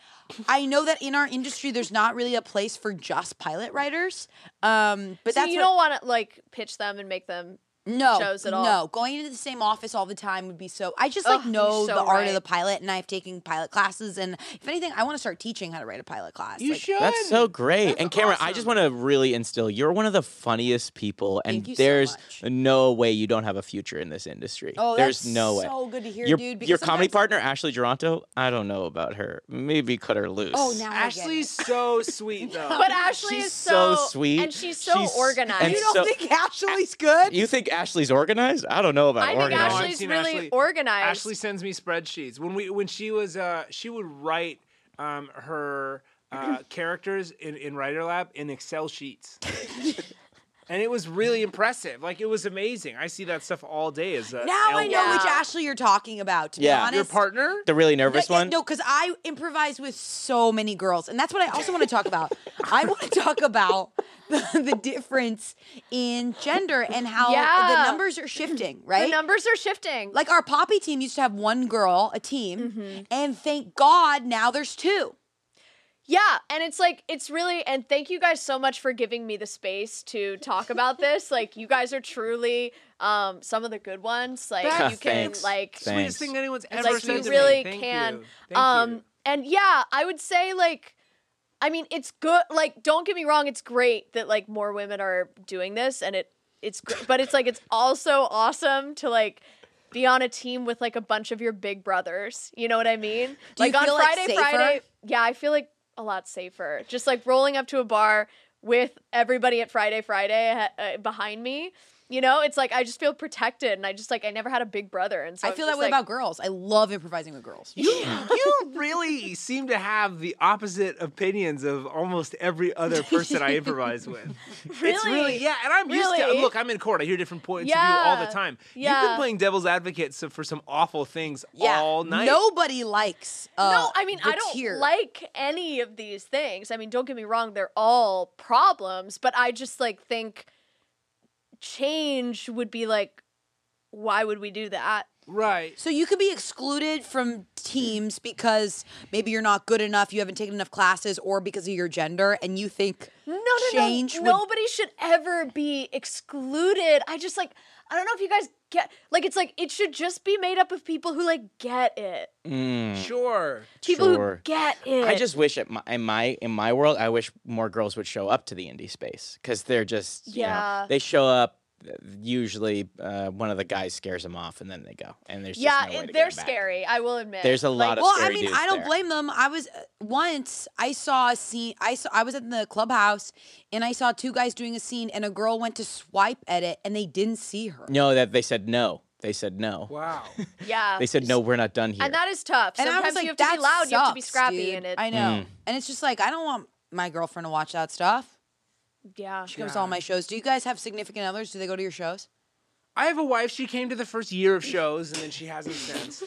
Speaker 2: I know that in our industry, there's not really a place for just pilot writers. Um, but
Speaker 3: so
Speaker 2: that's
Speaker 3: you
Speaker 2: what-
Speaker 3: don't want to like pitch them and make them.
Speaker 2: no
Speaker 3: shows at all.
Speaker 2: No, going into the same office all the time would be so. I just like
Speaker 3: Ugh, you're
Speaker 2: know
Speaker 3: so
Speaker 2: the art
Speaker 3: right.
Speaker 2: of the pilot, and I've taken pilot classes. And if anything, I want to start teaching how to write a pilot class.
Speaker 1: You
Speaker 2: Like,
Speaker 1: should.
Speaker 4: That's so great.
Speaker 1: That's
Speaker 4: and Cameron, I
Speaker 1: awesome.
Speaker 4: just want to really instill you're one of the funniest people, and
Speaker 2: Thank you so
Speaker 4: there's
Speaker 2: much.
Speaker 4: no way you don't have a future in this industry.
Speaker 2: Oh,
Speaker 4: there's
Speaker 2: that's
Speaker 4: no way.
Speaker 2: So good to hear,
Speaker 4: your
Speaker 2: dude. because
Speaker 4: your comedy
Speaker 2: sometimes-
Speaker 4: partner, Ashley Duranto, I don't know about her. Maybe cut her loose.
Speaker 2: Oh, now
Speaker 1: Ashley's
Speaker 2: Ashley's.
Speaker 1: so sweet
Speaker 2: Oh,
Speaker 1: though.
Speaker 3: But Ashley
Speaker 4: She's
Speaker 3: is
Speaker 4: so
Speaker 3: so,
Speaker 4: sweet.
Speaker 3: and she's so
Speaker 4: She's- and
Speaker 3: organized.
Speaker 4: You
Speaker 2: You
Speaker 4: don't
Speaker 2: don't
Speaker 4: so-
Speaker 2: think Ashley's good?
Speaker 4: You think Ashley's organized? I don't know about
Speaker 3: I think
Speaker 4: organized.
Speaker 1: I've
Speaker 3: Ashley's
Speaker 1: seen
Speaker 3: really
Speaker 1: Ashley-
Speaker 3: organized.
Speaker 1: Ashley sends me spreadsheets. When we when she was uh she would write um her uh characters in, in Writer Lab in Excel sheets. and it was really impressive. Like it was amazing. I see that stuff all day as a
Speaker 2: now I know
Speaker 1: elder.
Speaker 3: Yeah.
Speaker 2: which Ashley you're talking about. To
Speaker 4: Yeah.
Speaker 2: be honest,
Speaker 1: your partner?
Speaker 4: the really
Speaker 2: No,
Speaker 4: nervous
Speaker 2: yeah,
Speaker 4: one?
Speaker 2: No, because I improvise with so many girls, and that's what I also want to talk about. I want to talk about the, the difference in gender and how
Speaker 3: Yeah.
Speaker 2: the numbers are shifting. Right?
Speaker 3: The numbers are shifting.
Speaker 2: like our poppy team used to have one girl a team,
Speaker 3: Mm-hmm.
Speaker 2: and thank God now there's two.
Speaker 3: Yeah, and it's like it's really and thank you guys so much for giving me the space to talk about this. Like you guys are truly um some of the good ones. Like
Speaker 1: That's-
Speaker 3: you can
Speaker 4: Ah, Thanks.
Speaker 3: like
Speaker 4: Thanks.
Speaker 1: Sweetest thing anyone's
Speaker 3: it's
Speaker 1: ever
Speaker 3: like
Speaker 1: said
Speaker 3: you
Speaker 1: to
Speaker 3: really
Speaker 1: me. Thank
Speaker 3: can.
Speaker 1: you. Thank
Speaker 3: um
Speaker 1: you.
Speaker 3: and yeah, I would say like I mean it's good like don't get me wrong, it's great that like more women are doing this and it it's great but it's like it's also awesome to like be on a team with like a bunch of your big brothers. You know what I mean?
Speaker 2: Do you
Speaker 3: like on
Speaker 2: feel, like,
Speaker 3: Friday,
Speaker 2: safer?
Speaker 3: Friday. Yeah, I feel like a lot safer. Just like rolling up to a bar with everybody at Friday, Friday ha- uh, behind me. You know, it's like I just feel protected, and I just like I never had a big brother, and so
Speaker 2: I
Speaker 3: I'm
Speaker 2: feel that
Speaker 3: just,
Speaker 2: way
Speaker 3: like,
Speaker 2: about girls. I love improvising with girls.
Speaker 1: You you really seem to have the opposite opinions of almost every other person I improvise with. It's really
Speaker 3: Really?
Speaker 1: yeah, and I'm used to
Speaker 3: Really?
Speaker 1: look, I'm in court, I hear different points of view all
Speaker 3: Yeah.
Speaker 1: the time. You've been
Speaker 3: Yeah.
Speaker 1: playing devil's advocate so for some awful things all night.
Speaker 2: Nobody likes. Uh,
Speaker 3: no, I mean
Speaker 2: the
Speaker 3: I don't
Speaker 2: tier.
Speaker 3: like any of these things. I mean, don't get me wrong, they're all problems, but I just like think change would be like, why would we do that?
Speaker 1: Right.
Speaker 2: So you could be excluded from teams because maybe you're not good enough, you haven't taken enough classes, or because of your gender, and you think
Speaker 3: No, no,
Speaker 2: change
Speaker 3: no.
Speaker 2: would.
Speaker 3: Nobody should ever be excluded. I just like I don't know if you guys get like it's like it should just be made up of people who like get it.
Speaker 4: Mm,
Speaker 1: Sure.
Speaker 3: People
Speaker 4: Sure.
Speaker 3: who get it.
Speaker 4: I just wish at my, in my in my world, I wish more girls would show up to the indie space because they're just you know,
Speaker 3: Yeah.
Speaker 4: they show up. uh, Usually, uh, one of the guys scares them off, and then they go. And there's just
Speaker 3: yeah,
Speaker 4: no way to
Speaker 3: it,
Speaker 4: get
Speaker 3: they're
Speaker 4: 'em back.
Speaker 3: scary. I will admit.
Speaker 4: There's a lot
Speaker 3: Like,
Speaker 4: of
Speaker 2: well, I
Speaker 4: scary
Speaker 2: mean,
Speaker 4: dudes
Speaker 2: I don't
Speaker 4: there.
Speaker 2: blame them. I was uh, once I saw a scene. I saw I was in the clubhouse and I saw two guys doing a scene, and a girl went to swipe at it, and they didn't see her.
Speaker 4: No, that they said no. They said no.
Speaker 1: Wow.
Speaker 3: yeah,
Speaker 4: They said no. We're not done here. Mm.
Speaker 3: and that is tough.
Speaker 2: And I
Speaker 3: Sometimes
Speaker 2: was like,
Speaker 3: you have to
Speaker 2: that
Speaker 3: be loud. you have to be
Speaker 2: sucks,
Speaker 3: scrappy,
Speaker 2: dude."
Speaker 3: and it.
Speaker 2: I know, and it's just like I don't want my girlfriend to watch that stuff.
Speaker 3: yeah.
Speaker 2: She comes to all my shows. Do you guys have significant others? Do they go to your shows?
Speaker 1: I have a wife. She came to the first year of shows, and then she hasn't since.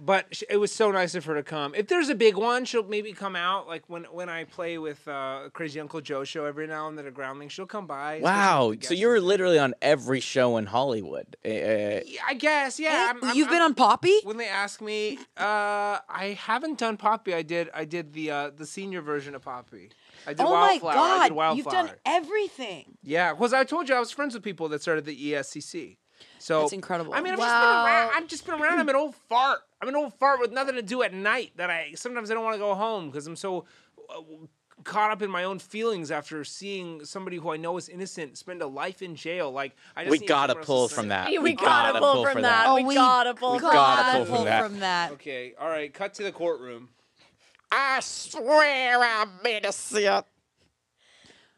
Speaker 1: But sh it was so nice of her to come. If there's a big one, she'll maybe come out. Like when when I play with uh, Crazy Uncle Joe show every now and then at Groundling, she'll come by. especially if
Speaker 4: wow.
Speaker 1: the
Speaker 4: So
Speaker 1: guest
Speaker 4: you were
Speaker 1: is there.
Speaker 4: literally on every show in Hollywood. Uh, uh,
Speaker 1: Yeah, I guess. Yeah. I'm- I'm-
Speaker 2: You've
Speaker 1: I'm-
Speaker 2: been on Poppy.
Speaker 1: when they ask me, uh, I haven't done Poppy. I did. I did the uh, the senior version of Poppy. I did
Speaker 2: oh my
Speaker 1: Wildflower. I did
Speaker 2: God! You've
Speaker 1: Wildflower.
Speaker 2: done everything.
Speaker 1: yeah, because I told you I was friends with people that started the E ESCC. So
Speaker 2: That's incredible.
Speaker 1: I mean, I've
Speaker 3: Wow.
Speaker 1: just been around. I've just been around. I'm an old fart. I'm an old fart with nothing to do at night. That I sometimes I don't want to go home because I'm so uh, caught up in my own feelings after seeing somebody who I know is innocent spend a life in jail. Like I just
Speaker 4: we
Speaker 1: need
Speaker 4: gotta
Speaker 1: someone else
Speaker 4: pull
Speaker 1: to
Speaker 4: from
Speaker 1: say-
Speaker 4: that.
Speaker 3: We, gotta, pull from that.
Speaker 2: Oh,
Speaker 3: we,
Speaker 2: we-
Speaker 3: gotta pull
Speaker 4: we
Speaker 3: from
Speaker 4: gotta
Speaker 3: that.
Speaker 4: pull from that.
Speaker 1: Okay, all right. Cut to the courtroom.
Speaker 5: I swear I made a seal.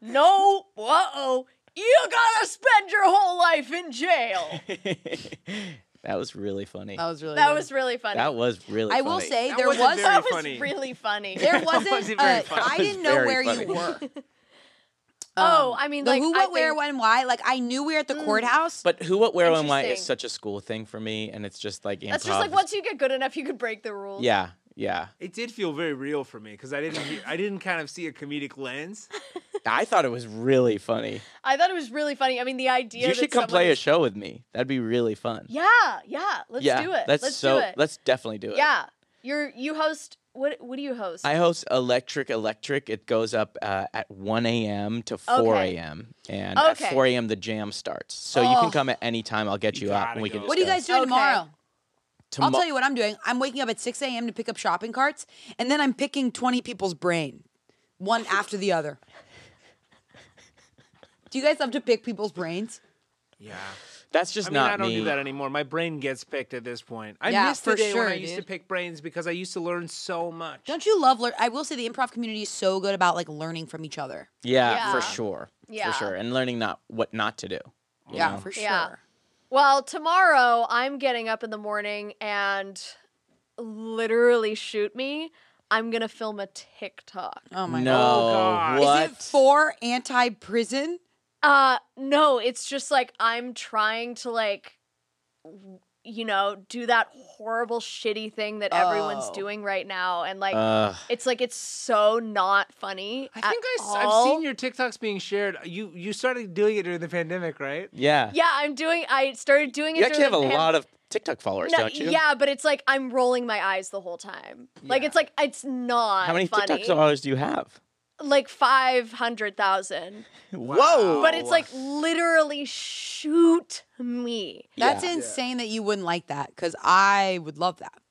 Speaker 3: No, whoa, you gotta spend your whole life in jail.
Speaker 4: that was really funny.
Speaker 2: That was really.
Speaker 3: That
Speaker 2: good.
Speaker 3: was really funny.
Speaker 4: That was really.
Speaker 2: I
Speaker 4: funny.
Speaker 2: will say
Speaker 1: That
Speaker 2: there
Speaker 1: wasn't
Speaker 2: was.
Speaker 1: very
Speaker 3: That was
Speaker 1: funny.
Speaker 3: really funny.
Speaker 2: There
Speaker 1: That
Speaker 2: wasn't.
Speaker 1: wasn't very
Speaker 2: uh,
Speaker 1: funny.
Speaker 2: I
Speaker 1: That
Speaker 2: didn't
Speaker 4: was
Speaker 2: know
Speaker 4: very
Speaker 2: where
Speaker 4: funny.
Speaker 2: you were.
Speaker 3: oh,
Speaker 2: Um,
Speaker 3: I mean,
Speaker 2: the
Speaker 3: like
Speaker 2: who,
Speaker 3: I
Speaker 2: what, where,
Speaker 3: think-
Speaker 2: when, why. Like I knew we were at the
Speaker 1: Mm.
Speaker 2: courthouse.
Speaker 4: But who, what, where, when, why is
Speaker 3: Interesting.
Speaker 4: such a school thing for me, and it's just like improv.
Speaker 3: That's just like
Speaker 4: is-
Speaker 3: once you get good enough, you could break the rules.
Speaker 4: Yeah, yeah.
Speaker 1: It did feel very real for me because I didn't hear, I didn't kind of see a comedic lens.
Speaker 4: I thought it was really funny.
Speaker 3: I thought it was really funny. I mean, the idea
Speaker 4: you
Speaker 3: that
Speaker 4: should come
Speaker 3: someone
Speaker 4: play a
Speaker 3: is-
Speaker 4: show with me. That'd be really fun.
Speaker 3: Yeah, yeah. Let's
Speaker 4: yeah,
Speaker 3: do it.
Speaker 4: That's
Speaker 3: let's
Speaker 4: so.
Speaker 3: do it.
Speaker 4: Let's definitely do it.
Speaker 3: Yeah, you're you host. What what do you host?
Speaker 4: I host Electric Electric. It goes up uh, at 1 a.m. to 4
Speaker 3: Okay.
Speaker 4: a.m. And
Speaker 3: Okay.
Speaker 4: at 4 a.m. the jam starts. So you
Speaker 2: Oh.
Speaker 4: can come at any time. I'll get
Speaker 1: You
Speaker 4: you, up
Speaker 1: gotta
Speaker 4: and we can.
Speaker 1: go.
Speaker 4: Just
Speaker 2: What are you
Speaker 4: go.
Speaker 2: guys doing
Speaker 3: Okay.
Speaker 2: tomorrow? I'll
Speaker 4: Tomo-
Speaker 2: tell you what I'm doing. I'm waking up at 6 a.m. to pick up shopping carts, and then I'm picking 20 people's brain, one after the other. Do you guys love to pick people's brains?
Speaker 1: Yeah.
Speaker 4: That's just
Speaker 1: I mean,
Speaker 4: not
Speaker 1: I don't
Speaker 4: me.
Speaker 1: do that anymore. My brain gets picked at this point. I
Speaker 2: Yeah,
Speaker 1: miss the
Speaker 2: for
Speaker 1: day when I
Speaker 2: sure,
Speaker 1: used to
Speaker 2: dude.
Speaker 1: pick brains because I used to learn so much.
Speaker 2: Don't you love? Lear- I will say the improv community is so good about like learning from each other.
Speaker 4: Yeah,
Speaker 3: Yeah.
Speaker 4: for sure.
Speaker 3: Yeah.
Speaker 4: For sure. And learning not what not to do. you
Speaker 2: Yeah,
Speaker 4: know?
Speaker 2: for sure.
Speaker 3: Yeah. Well, tomorrow I'm getting up in the morning and literally shoot me. I'm gonna film a TikTok.
Speaker 2: Oh my
Speaker 4: no,
Speaker 1: God.
Speaker 4: what?
Speaker 2: god. Is it for anti-prison?
Speaker 3: Uh no, it's just like I'm trying to like w- you know, do that horrible shitty thing that everyone's
Speaker 2: Oh.
Speaker 3: doing right now and like
Speaker 4: Ugh.
Speaker 3: it's like it's so not funny.
Speaker 1: I
Speaker 3: at
Speaker 1: think I, have
Speaker 3: all.
Speaker 1: seen your TikToks being shared. You you started doing it during the pandemic, right?
Speaker 4: yeah.
Speaker 3: Yeah, I'm doing I started doing it.
Speaker 4: You actually have a
Speaker 3: during the
Speaker 4: lot of TikTok followers,
Speaker 3: No,
Speaker 4: don't you?
Speaker 3: Yeah, but it's like I'm rolling my eyes the whole time. Like
Speaker 1: Yeah.
Speaker 3: it's like it's not
Speaker 4: How many
Speaker 3: funny.
Speaker 4: TikTok followers do you have?
Speaker 3: Like five hundred thousand.
Speaker 1: Whoa.
Speaker 3: But it's like
Speaker 4: Oh,
Speaker 3: literally shoot me.
Speaker 2: That's
Speaker 4: Yeah.
Speaker 2: insane that you wouldn't like that because I would love that.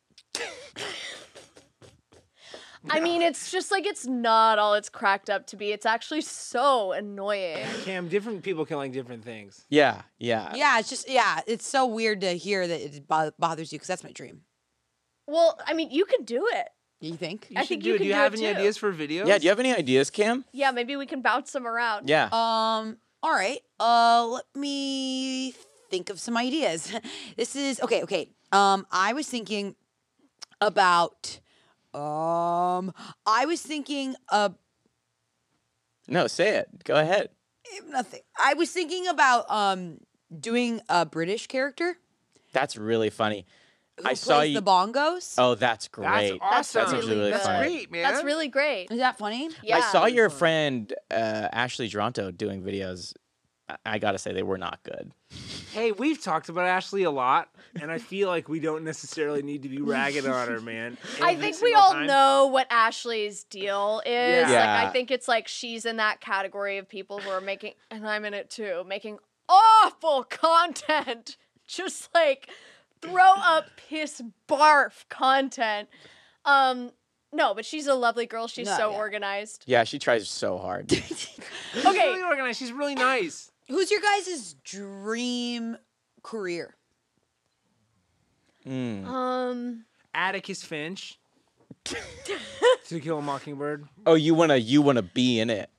Speaker 3: I mean, it's just like it's not all it's cracked up to be. It's actually so annoying.
Speaker 1: Cam, different people can like different things.
Speaker 4: Yeah, yeah.
Speaker 2: Yeah, it's just yeah, it's so weird to hear that it bo- bothers you because that's my dream.
Speaker 3: Well, I mean, you can do it.
Speaker 2: You think?
Speaker 1: You
Speaker 3: I
Speaker 1: should
Speaker 3: think
Speaker 1: do
Speaker 3: you
Speaker 1: it.
Speaker 3: can
Speaker 1: do you
Speaker 3: do it
Speaker 1: have any
Speaker 3: too.
Speaker 1: ideas for videos?
Speaker 4: Yeah, do you have any ideas, Cam?
Speaker 3: Yeah, maybe we can bounce them around.
Speaker 4: Yeah.
Speaker 2: Um. All right. Uh. Let me think of some ideas. This is okay. Okay. Um. I was thinking about. Um. I was thinking of
Speaker 4: no, say it. Go ahead.
Speaker 2: eh, nothing. I was thinking about um doing a British character.
Speaker 4: That's really funny.
Speaker 2: Who
Speaker 4: I
Speaker 2: plays
Speaker 4: saw you.
Speaker 2: the bongos.
Speaker 4: oh,
Speaker 1: That's
Speaker 4: that's great.
Speaker 1: awesome.
Speaker 4: That's actually really
Speaker 1: That's
Speaker 4: fun.
Speaker 1: great, man.
Speaker 3: That's really great.
Speaker 2: Is that funny?
Speaker 3: Yeah.
Speaker 4: I saw your
Speaker 1: fun.
Speaker 4: friend uh, Ashley Dronto doing videos. I- I gotta say they were not good.
Speaker 1: Hey, we've talked about Ashley a lot, and I feel like we don't necessarily need to be ragging on her, man.
Speaker 3: I
Speaker 1: every
Speaker 3: think we
Speaker 1: single
Speaker 3: all
Speaker 1: time.
Speaker 3: know what Ashley's deal is. Like I
Speaker 4: Yeah.
Speaker 3: think it's like she's in that category of people who are making and I'm in it too, making awful content. Just like throw up piss barf content. Um no, but she's a lovely girl. She's
Speaker 2: No,
Speaker 3: so
Speaker 2: yeah.
Speaker 3: organized.
Speaker 4: Yeah, she tries so hard.
Speaker 1: She's
Speaker 3: Okay.
Speaker 1: really organized. She's really nice.
Speaker 2: Who's your guys' dream career?
Speaker 3: Um
Speaker 1: Atticus Finch. to kill a mockingbird.
Speaker 4: oh, you wanna you wanna be in it?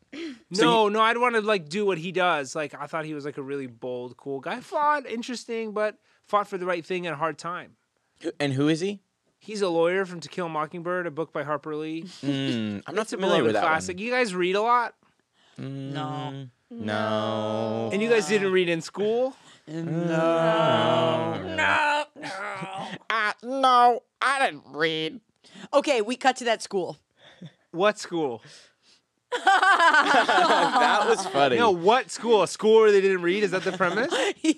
Speaker 1: no, no, I'd want to like do what he does. Like I thought he was like a really bold, cool guy. Fought, interesting, but fought for the right thing at a hard time.
Speaker 4: Who- And who is he?
Speaker 1: He's a lawyer from To Kill a Mockingbird, a book by Harper Lee.
Speaker 4: Mm, I'm not
Speaker 1: It's a
Speaker 4: familiar
Speaker 1: beloved
Speaker 4: with that
Speaker 1: classic. You guys read a lot,
Speaker 4: one.
Speaker 2: No.
Speaker 4: Mm, No.
Speaker 1: and you guys didn't read in school.
Speaker 5: Uh, no, I didn't read.
Speaker 2: Okay, we cut to that school.
Speaker 1: What school?
Speaker 4: that was funny.
Speaker 1: No, what school? A school where they didn't read? Is that the premise?
Speaker 4: Uh-huh.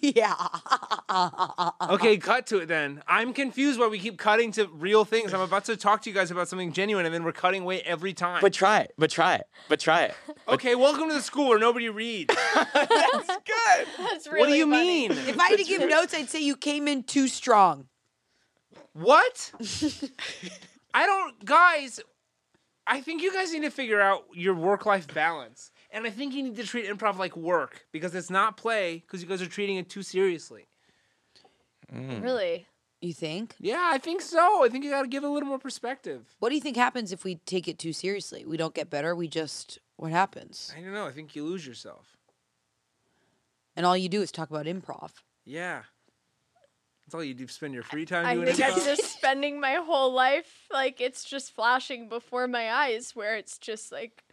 Speaker 2: yeah.
Speaker 1: Okay, cut to it then. I'm confused why we keep cutting to real things. I'm about to talk to you guys about something genuine, and then we're cutting away every time.
Speaker 4: But try it. But try it. But try it.
Speaker 1: okay, welcome to the school where nobody reads.
Speaker 3: that's really
Speaker 1: what do you
Speaker 3: funny.
Speaker 1: mean?
Speaker 2: If I had to give notes, I'd say you came in too strong.
Speaker 1: What? I don't, guys. I think you guys need to figure out your work-life balance, and I think you need to treat improv like work because it's not play. Because you guys are treating it too seriously.
Speaker 3: Really?
Speaker 2: You think?
Speaker 1: Yeah, I think so. I think you got to give it a little more perspective.
Speaker 2: What do you think happens if we take it too seriously? We don't get better. We just what happens?
Speaker 1: I don't know. I think you lose yourself.
Speaker 2: And all you do is talk about improv.
Speaker 1: Yeah, that's all you do. Spend your free time
Speaker 3: I
Speaker 1: doing
Speaker 3: think I'm
Speaker 1: improv.
Speaker 3: just spending my whole life like it's just flashing before my eyes, where it's just like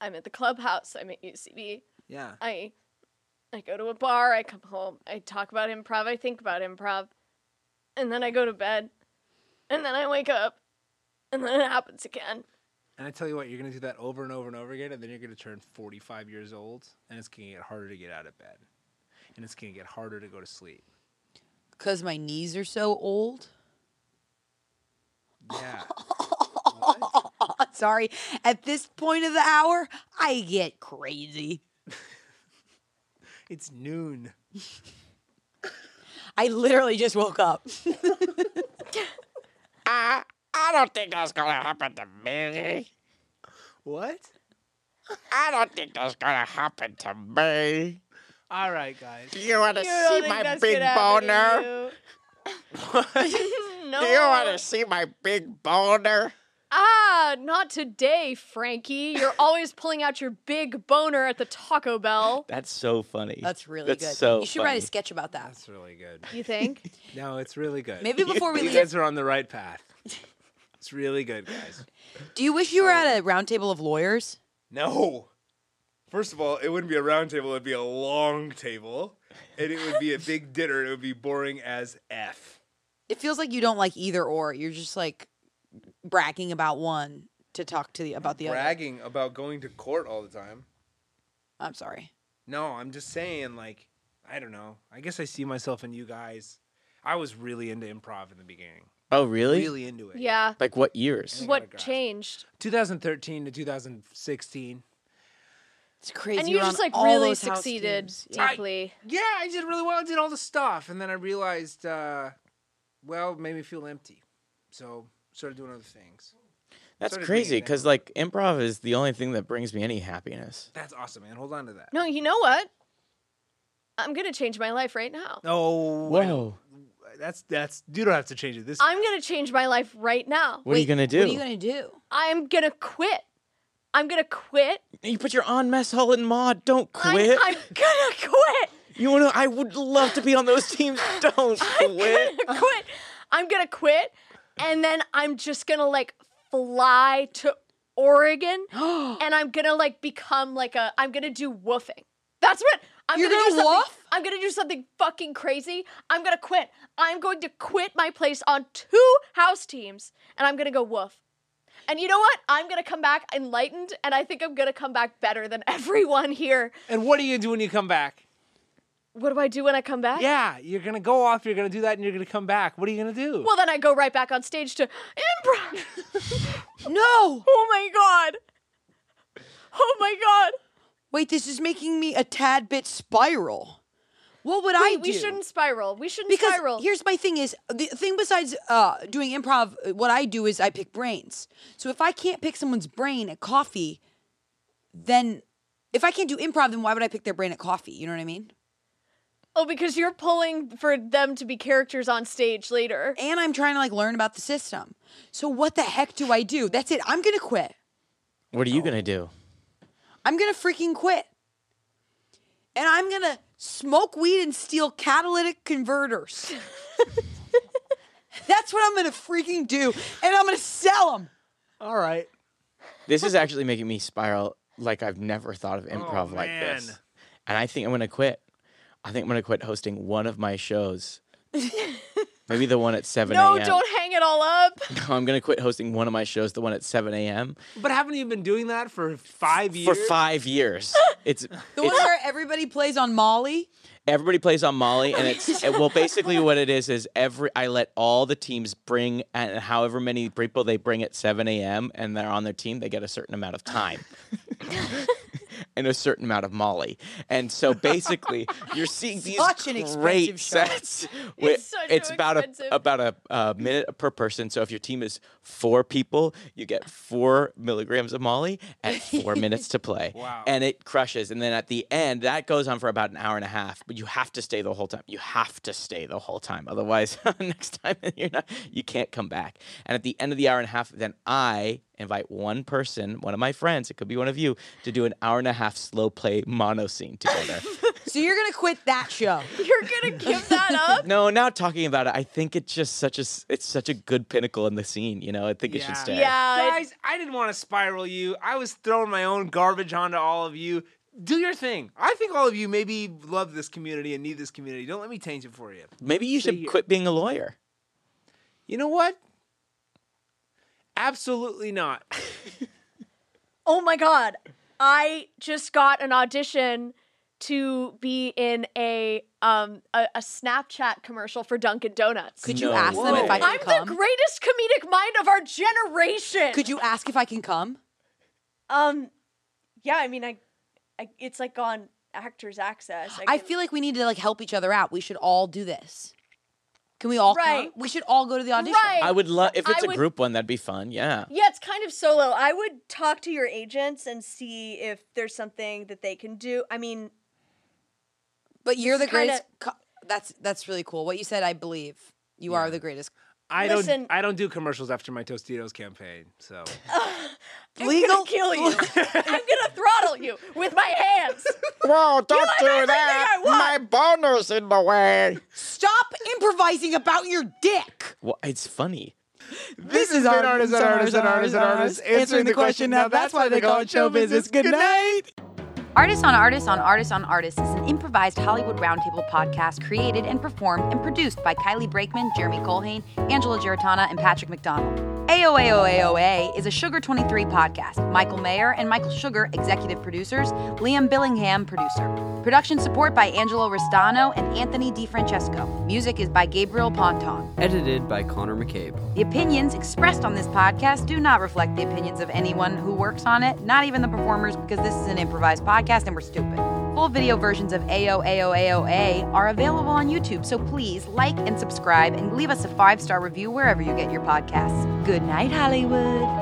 Speaker 3: I'm at the clubhouse, I'm at UCB,
Speaker 1: Yeah.
Speaker 3: I I go to a bar, I come home, I talk about improv, I think about improv, and then I go to bed, and then I wake up, and then it happens again,
Speaker 1: And I tell you what, you're going to do that over and over and over again, and then you're going to turn 45 years old, and it's going to get harder to get out of bed, and it's going to get harder to go to sleep.
Speaker 2: Because my knees are so old.
Speaker 1: Yeah.
Speaker 2: Sorry. At this point of the hour, I get crazy.
Speaker 1: it's noon.
Speaker 2: I literally just woke up.
Speaker 5: I, I don't think that's gonna happen to me.
Speaker 1: What?
Speaker 5: I don't think that's gonna happen to me.
Speaker 1: All right, guys.
Speaker 5: Do you want to
Speaker 3: You don't
Speaker 5: see
Speaker 3: think
Speaker 5: my
Speaker 3: that's
Speaker 5: big
Speaker 3: gonna happen
Speaker 5: boner?
Speaker 3: to you. no.
Speaker 5: Do you want to see my big boner?
Speaker 3: Ah, not today, Frankie. You're always pulling out your big boner at the Taco Bell.
Speaker 4: That's so funny.
Speaker 2: That's really
Speaker 4: That's
Speaker 2: good.
Speaker 4: So
Speaker 2: you should write a
Speaker 4: funny.
Speaker 2: sketch about that.
Speaker 1: That's really good.
Speaker 3: You think?
Speaker 1: No, it's really good.
Speaker 2: Maybe before we
Speaker 1: you
Speaker 2: leave,
Speaker 1: guys are on the right path. It's really good, guys.
Speaker 2: do you wish you were at a round table of lawyers?
Speaker 1: No. First of all, it wouldn't be a round table, it would be a long table. And it would be a big dinner, and it would be boring as F.
Speaker 2: It feels like you don't like either or. You're just like bragging about one to talk to the about the other.
Speaker 1: Bragging about going to court all the time.
Speaker 2: I'm sorry.
Speaker 1: No, I'm just saying, like, I don't know. I guess I see myself in you guys. I was really into improv in the beginning.
Speaker 4: Oh, really?
Speaker 1: Really into it.
Speaker 3: Yeah.
Speaker 4: Like what years?
Speaker 1: gotta
Speaker 3: What
Speaker 1: grasp.
Speaker 3: changed?
Speaker 1: 2013 to 2016.
Speaker 2: It's crazy.
Speaker 3: and
Speaker 2: you're
Speaker 3: you just
Speaker 2: on
Speaker 3: like
Speaker 2: all
Speaker 3: really
Speaker 2: those house
Speaker 3: succeeded
Speaker 2: teams. Yeah.
Speaker 3: deeply.
Speaker 1: Yeah, I did really well. I did all the stuff, and then I realized, uh, well, it made me feel empty. So started doing other things.
Speaker 4: That's
Speaker 1: Started
Speaker 4: crazy
Speaker 1: thinking that.
Speaker 4: because like improv is the only thing that brings me any happiness.
Speaker 1: That's awesome, man. Hold on to that.
Speaker 3: No, you know what? I'm gonna change my life right now.
Speaker 1: No, I don't-
Speaker 4: Whoa.
Speaker 1: Oh, that's that's. You don't have to change it. This
Speaker 3: I'm gonna change my life right now.
Speaker 4: What are you
Speaker 2: Wait,
Speaker 4: gonna do?
Speaker 2: What are you gonna do?
Speaker 3: I'm gonna quit. I'm gonna quit.
Speaker 4: You put your on mess hall and mod. Don't
Speaker 3: I'm-
Speaker 4: quit.
Speaker 3: I'm, gonna quit.
Speaker 4: You wanna? I would love to be on those teams. Don't quit.
Speaker 3: I'm gonna quit. I'm gonna quit. And then I'm just gonna like fly to Oregon and I'm gonna like become like a I'm gonna do woofing. That's what I'm
Speaker 2: You're
Speaker 3: do
Speaker 2: gonna
Speaker 3: something-
Speaker 2: woof?
Speaker 3: I'm gonna do something fucking crazy. I'm gonna quit. I'm going to quit my place on two house teams and I'm gonna go woof. And you know what? I'm gonna come back enlightened and I think I'm gonna come back better than everyone here.
Speaker 1: and what are you gonna do when you come back?
Speaker 3: What do I do when I come back?
Speaker 1: Yeah, you're gonna go off. You're gonna do that, and you're gonna come back. What are you gonna do?
Speaker 3: Well then I go right back on stage to improv.
Speaker 2: No.
Speaker 3: Oh my god. Oh my god.
Speaker 2: Wait, this is making me a tad bit spiral. What would I
Speaker 3: Wait,
Speaker 2: do?
Speaker 3: we shouldn't spiral. We shouldn't
Speaker 2: because
Speaker 3: spiral.
Speaker 2: here's my thing is the thing besides uh, doing improv uh, what i do is i pick brains so if i can't pick someone's brain at coffee then if i can't do improv then why would i pick their brain at coffee you know what i mean
Speaker 3: oh, because you're pulling for them to be characters on stage later.
Speaker 2: and i'm trying to like learn about the system so what the heck do i do that's it i'm gonna quit
Speaker 4: What are
Speaker 2: Oh.
Speaker 4: you gonna do?
Speaker 2: i'm gonna freaking quit and i'm gonna smoke weed and steal catalytic converters that's what i'm gonna freaking do and i'm gonna sell them
Speaker 1: all right.
Speaker 4: This is actually making me spiral like I've never thought of improv like
Speaker 1: man.
Speaker 4: this. And I think I'm gonna quit. I think I'm gonna quit hosting one of my shows. Maybe the one at
Speaker 2: uh,
Speaker 4: 7 a.m.
Speaker 3: No, don't hang it all up.
Speaker 4: No, I'm gonna quit hosting one of my shows, the one at 7 a.m.
Speaker 1: But haven't you been doing that for five years?
Speaker 4: for five years. It's,
Speaker 2: The one
Speaker 4: it's-
Speaker 2: where everybody plays on Molly.
Speaker 4: everybody plays on Molly, and it's well, basically what it is is every I let all the teams bring and however many people they bring at 7 a.m. and they're on their team, they get a certain amount of time. And a certain amount of Molly, and so basically, you're seeing these
Speaker 2: Such an expensive
Speaker 4: great
Speaker 2: show.
Speaker 4: sets. with-
Speaker 3: It's so
Speaker 4: about
Speaker 3: expensive.
Speaker 4: a about a, a minute per person. So if your team is four people, you get four milligrams of Molly at four minutes to play.
Speaker 1: Wow.
Speaker 4: And it crushes. And then at the end, that goes on for about an hour and a half. But you have to stay the whole time. You have to stay the whole time. Otherwise, next time you're not, you can't come back. And at the end of the hour and a half, then I invite one person, one of my friends, it could be one of you, to do an hour and a half slow play mono scene together.
Speaker 2: So you're gonna quit that show.
Speaker 3: You're gonna give that up?
Speaker 4: No, now talking about it, I think it's just such a s- it's such a good pinnacle in the scene. You know, I think it
Speaker 1: Yeah.
Speaker 4: should stay.
Speaker 3: yeah. it-
Speaker 1: Guys, I didn't want to spiral you. I was throwing my own garbage onto all of you. Do your thing. I think all of you maybe love this community and need this community. Don't let me change it for you.
Speaker 4: Maybe you
Speaker 1: See
Speaker 4: should
Speaker 1: you.
Speaker 4: quit being a lawyer.
Speaker 1: You know what? Absolutely not.
Speaker 3: Oh my god. I just got an audition to be in a um a, a Snapchat commercial for Dunkin' Donuts.
Speaker 2: Could you
Speaker 4: No
Speaker 2: ask them if I
Speaker 4: way.
Speaker 2: can
Speaker 3: I'm
Speaker 2: come?
Speaker 3: the greatest comedic mind of our generation.
Speaker 2: Could you ask if I can come?
Speaker 3: Um, yeah, I mean, I, I it's like on Actors Access.
Speaker 2: I
Speaker 3: can-
Speaker 2: feel like we need to like help each other out. We should all do this. Can we all
Speaker 3: Right.
Speaker 2: come? We should all go to the audition.
Speaker 3: Right.
Speaker 4: I would love if
Speaker 3: I
Speaker 4: it's a
Speaker 3: would-
Speaker 4: group one. That'd be fun. Yeah.
Speaker 3: Yeah, it's kind of solo. I would talk to your agents and see if there's something that they can do. I mean,
Speaker 2: But you're the
Speaker 3: This is kinda-
Speaker 2: greatest. Co- that's that's really cool. What you said, I believe. You are the greatest.
Speaker 1: I
Speaker 3: Listen-
Speaker 1: don't. I don't do commercials after my Tostitos campaign. So
Speaker 2: Legal
Speaker 3: I'm gonna kill you. I'm gonna throttle you with my hands.
Speaker 5: Whoa, don't
Speaker 3: have everything
Speaker 5: do that.
Speaker 3: I
Speaker 5: My
Speaker 3: want.
Speaker 5: boner's in the way.
Speaker 2: Stop improvising about your dick.
Speaker 4: Well, it's funny.
Speaker 1: this has been artists and artists and artists and artists answering the question. Now that's why they call it show business. Good night.
Speaker 6: Artists on Artists on Artists on Artists is an improvised Hollywood roundtable podcast created and performed and produced by Kylie Brakeman, Jeremy Colhane, Angela Giratana, and Patrick McDonald. AOAOAOA is a Sugar 23 podcast. Michael Mayer and Michael Sugar, executive producers, Liam Billingham, producer. Production support by Angelo Restano and Anthony DiFrancesco. Music is by Gabriel Ponton.
Speaker 7: Edited by Connor McCabe.
Speaker 6: The opinions expressed on this podcast do not reflect the opinions of anyone who works on it, not even the performers, because this is an improvised podcast and we're stupid. Full video versions of AOAOAOA are available on YouTube, so please like and subscribe and leave us a five star review wherever you get your podcasts. Good night, Hollywood.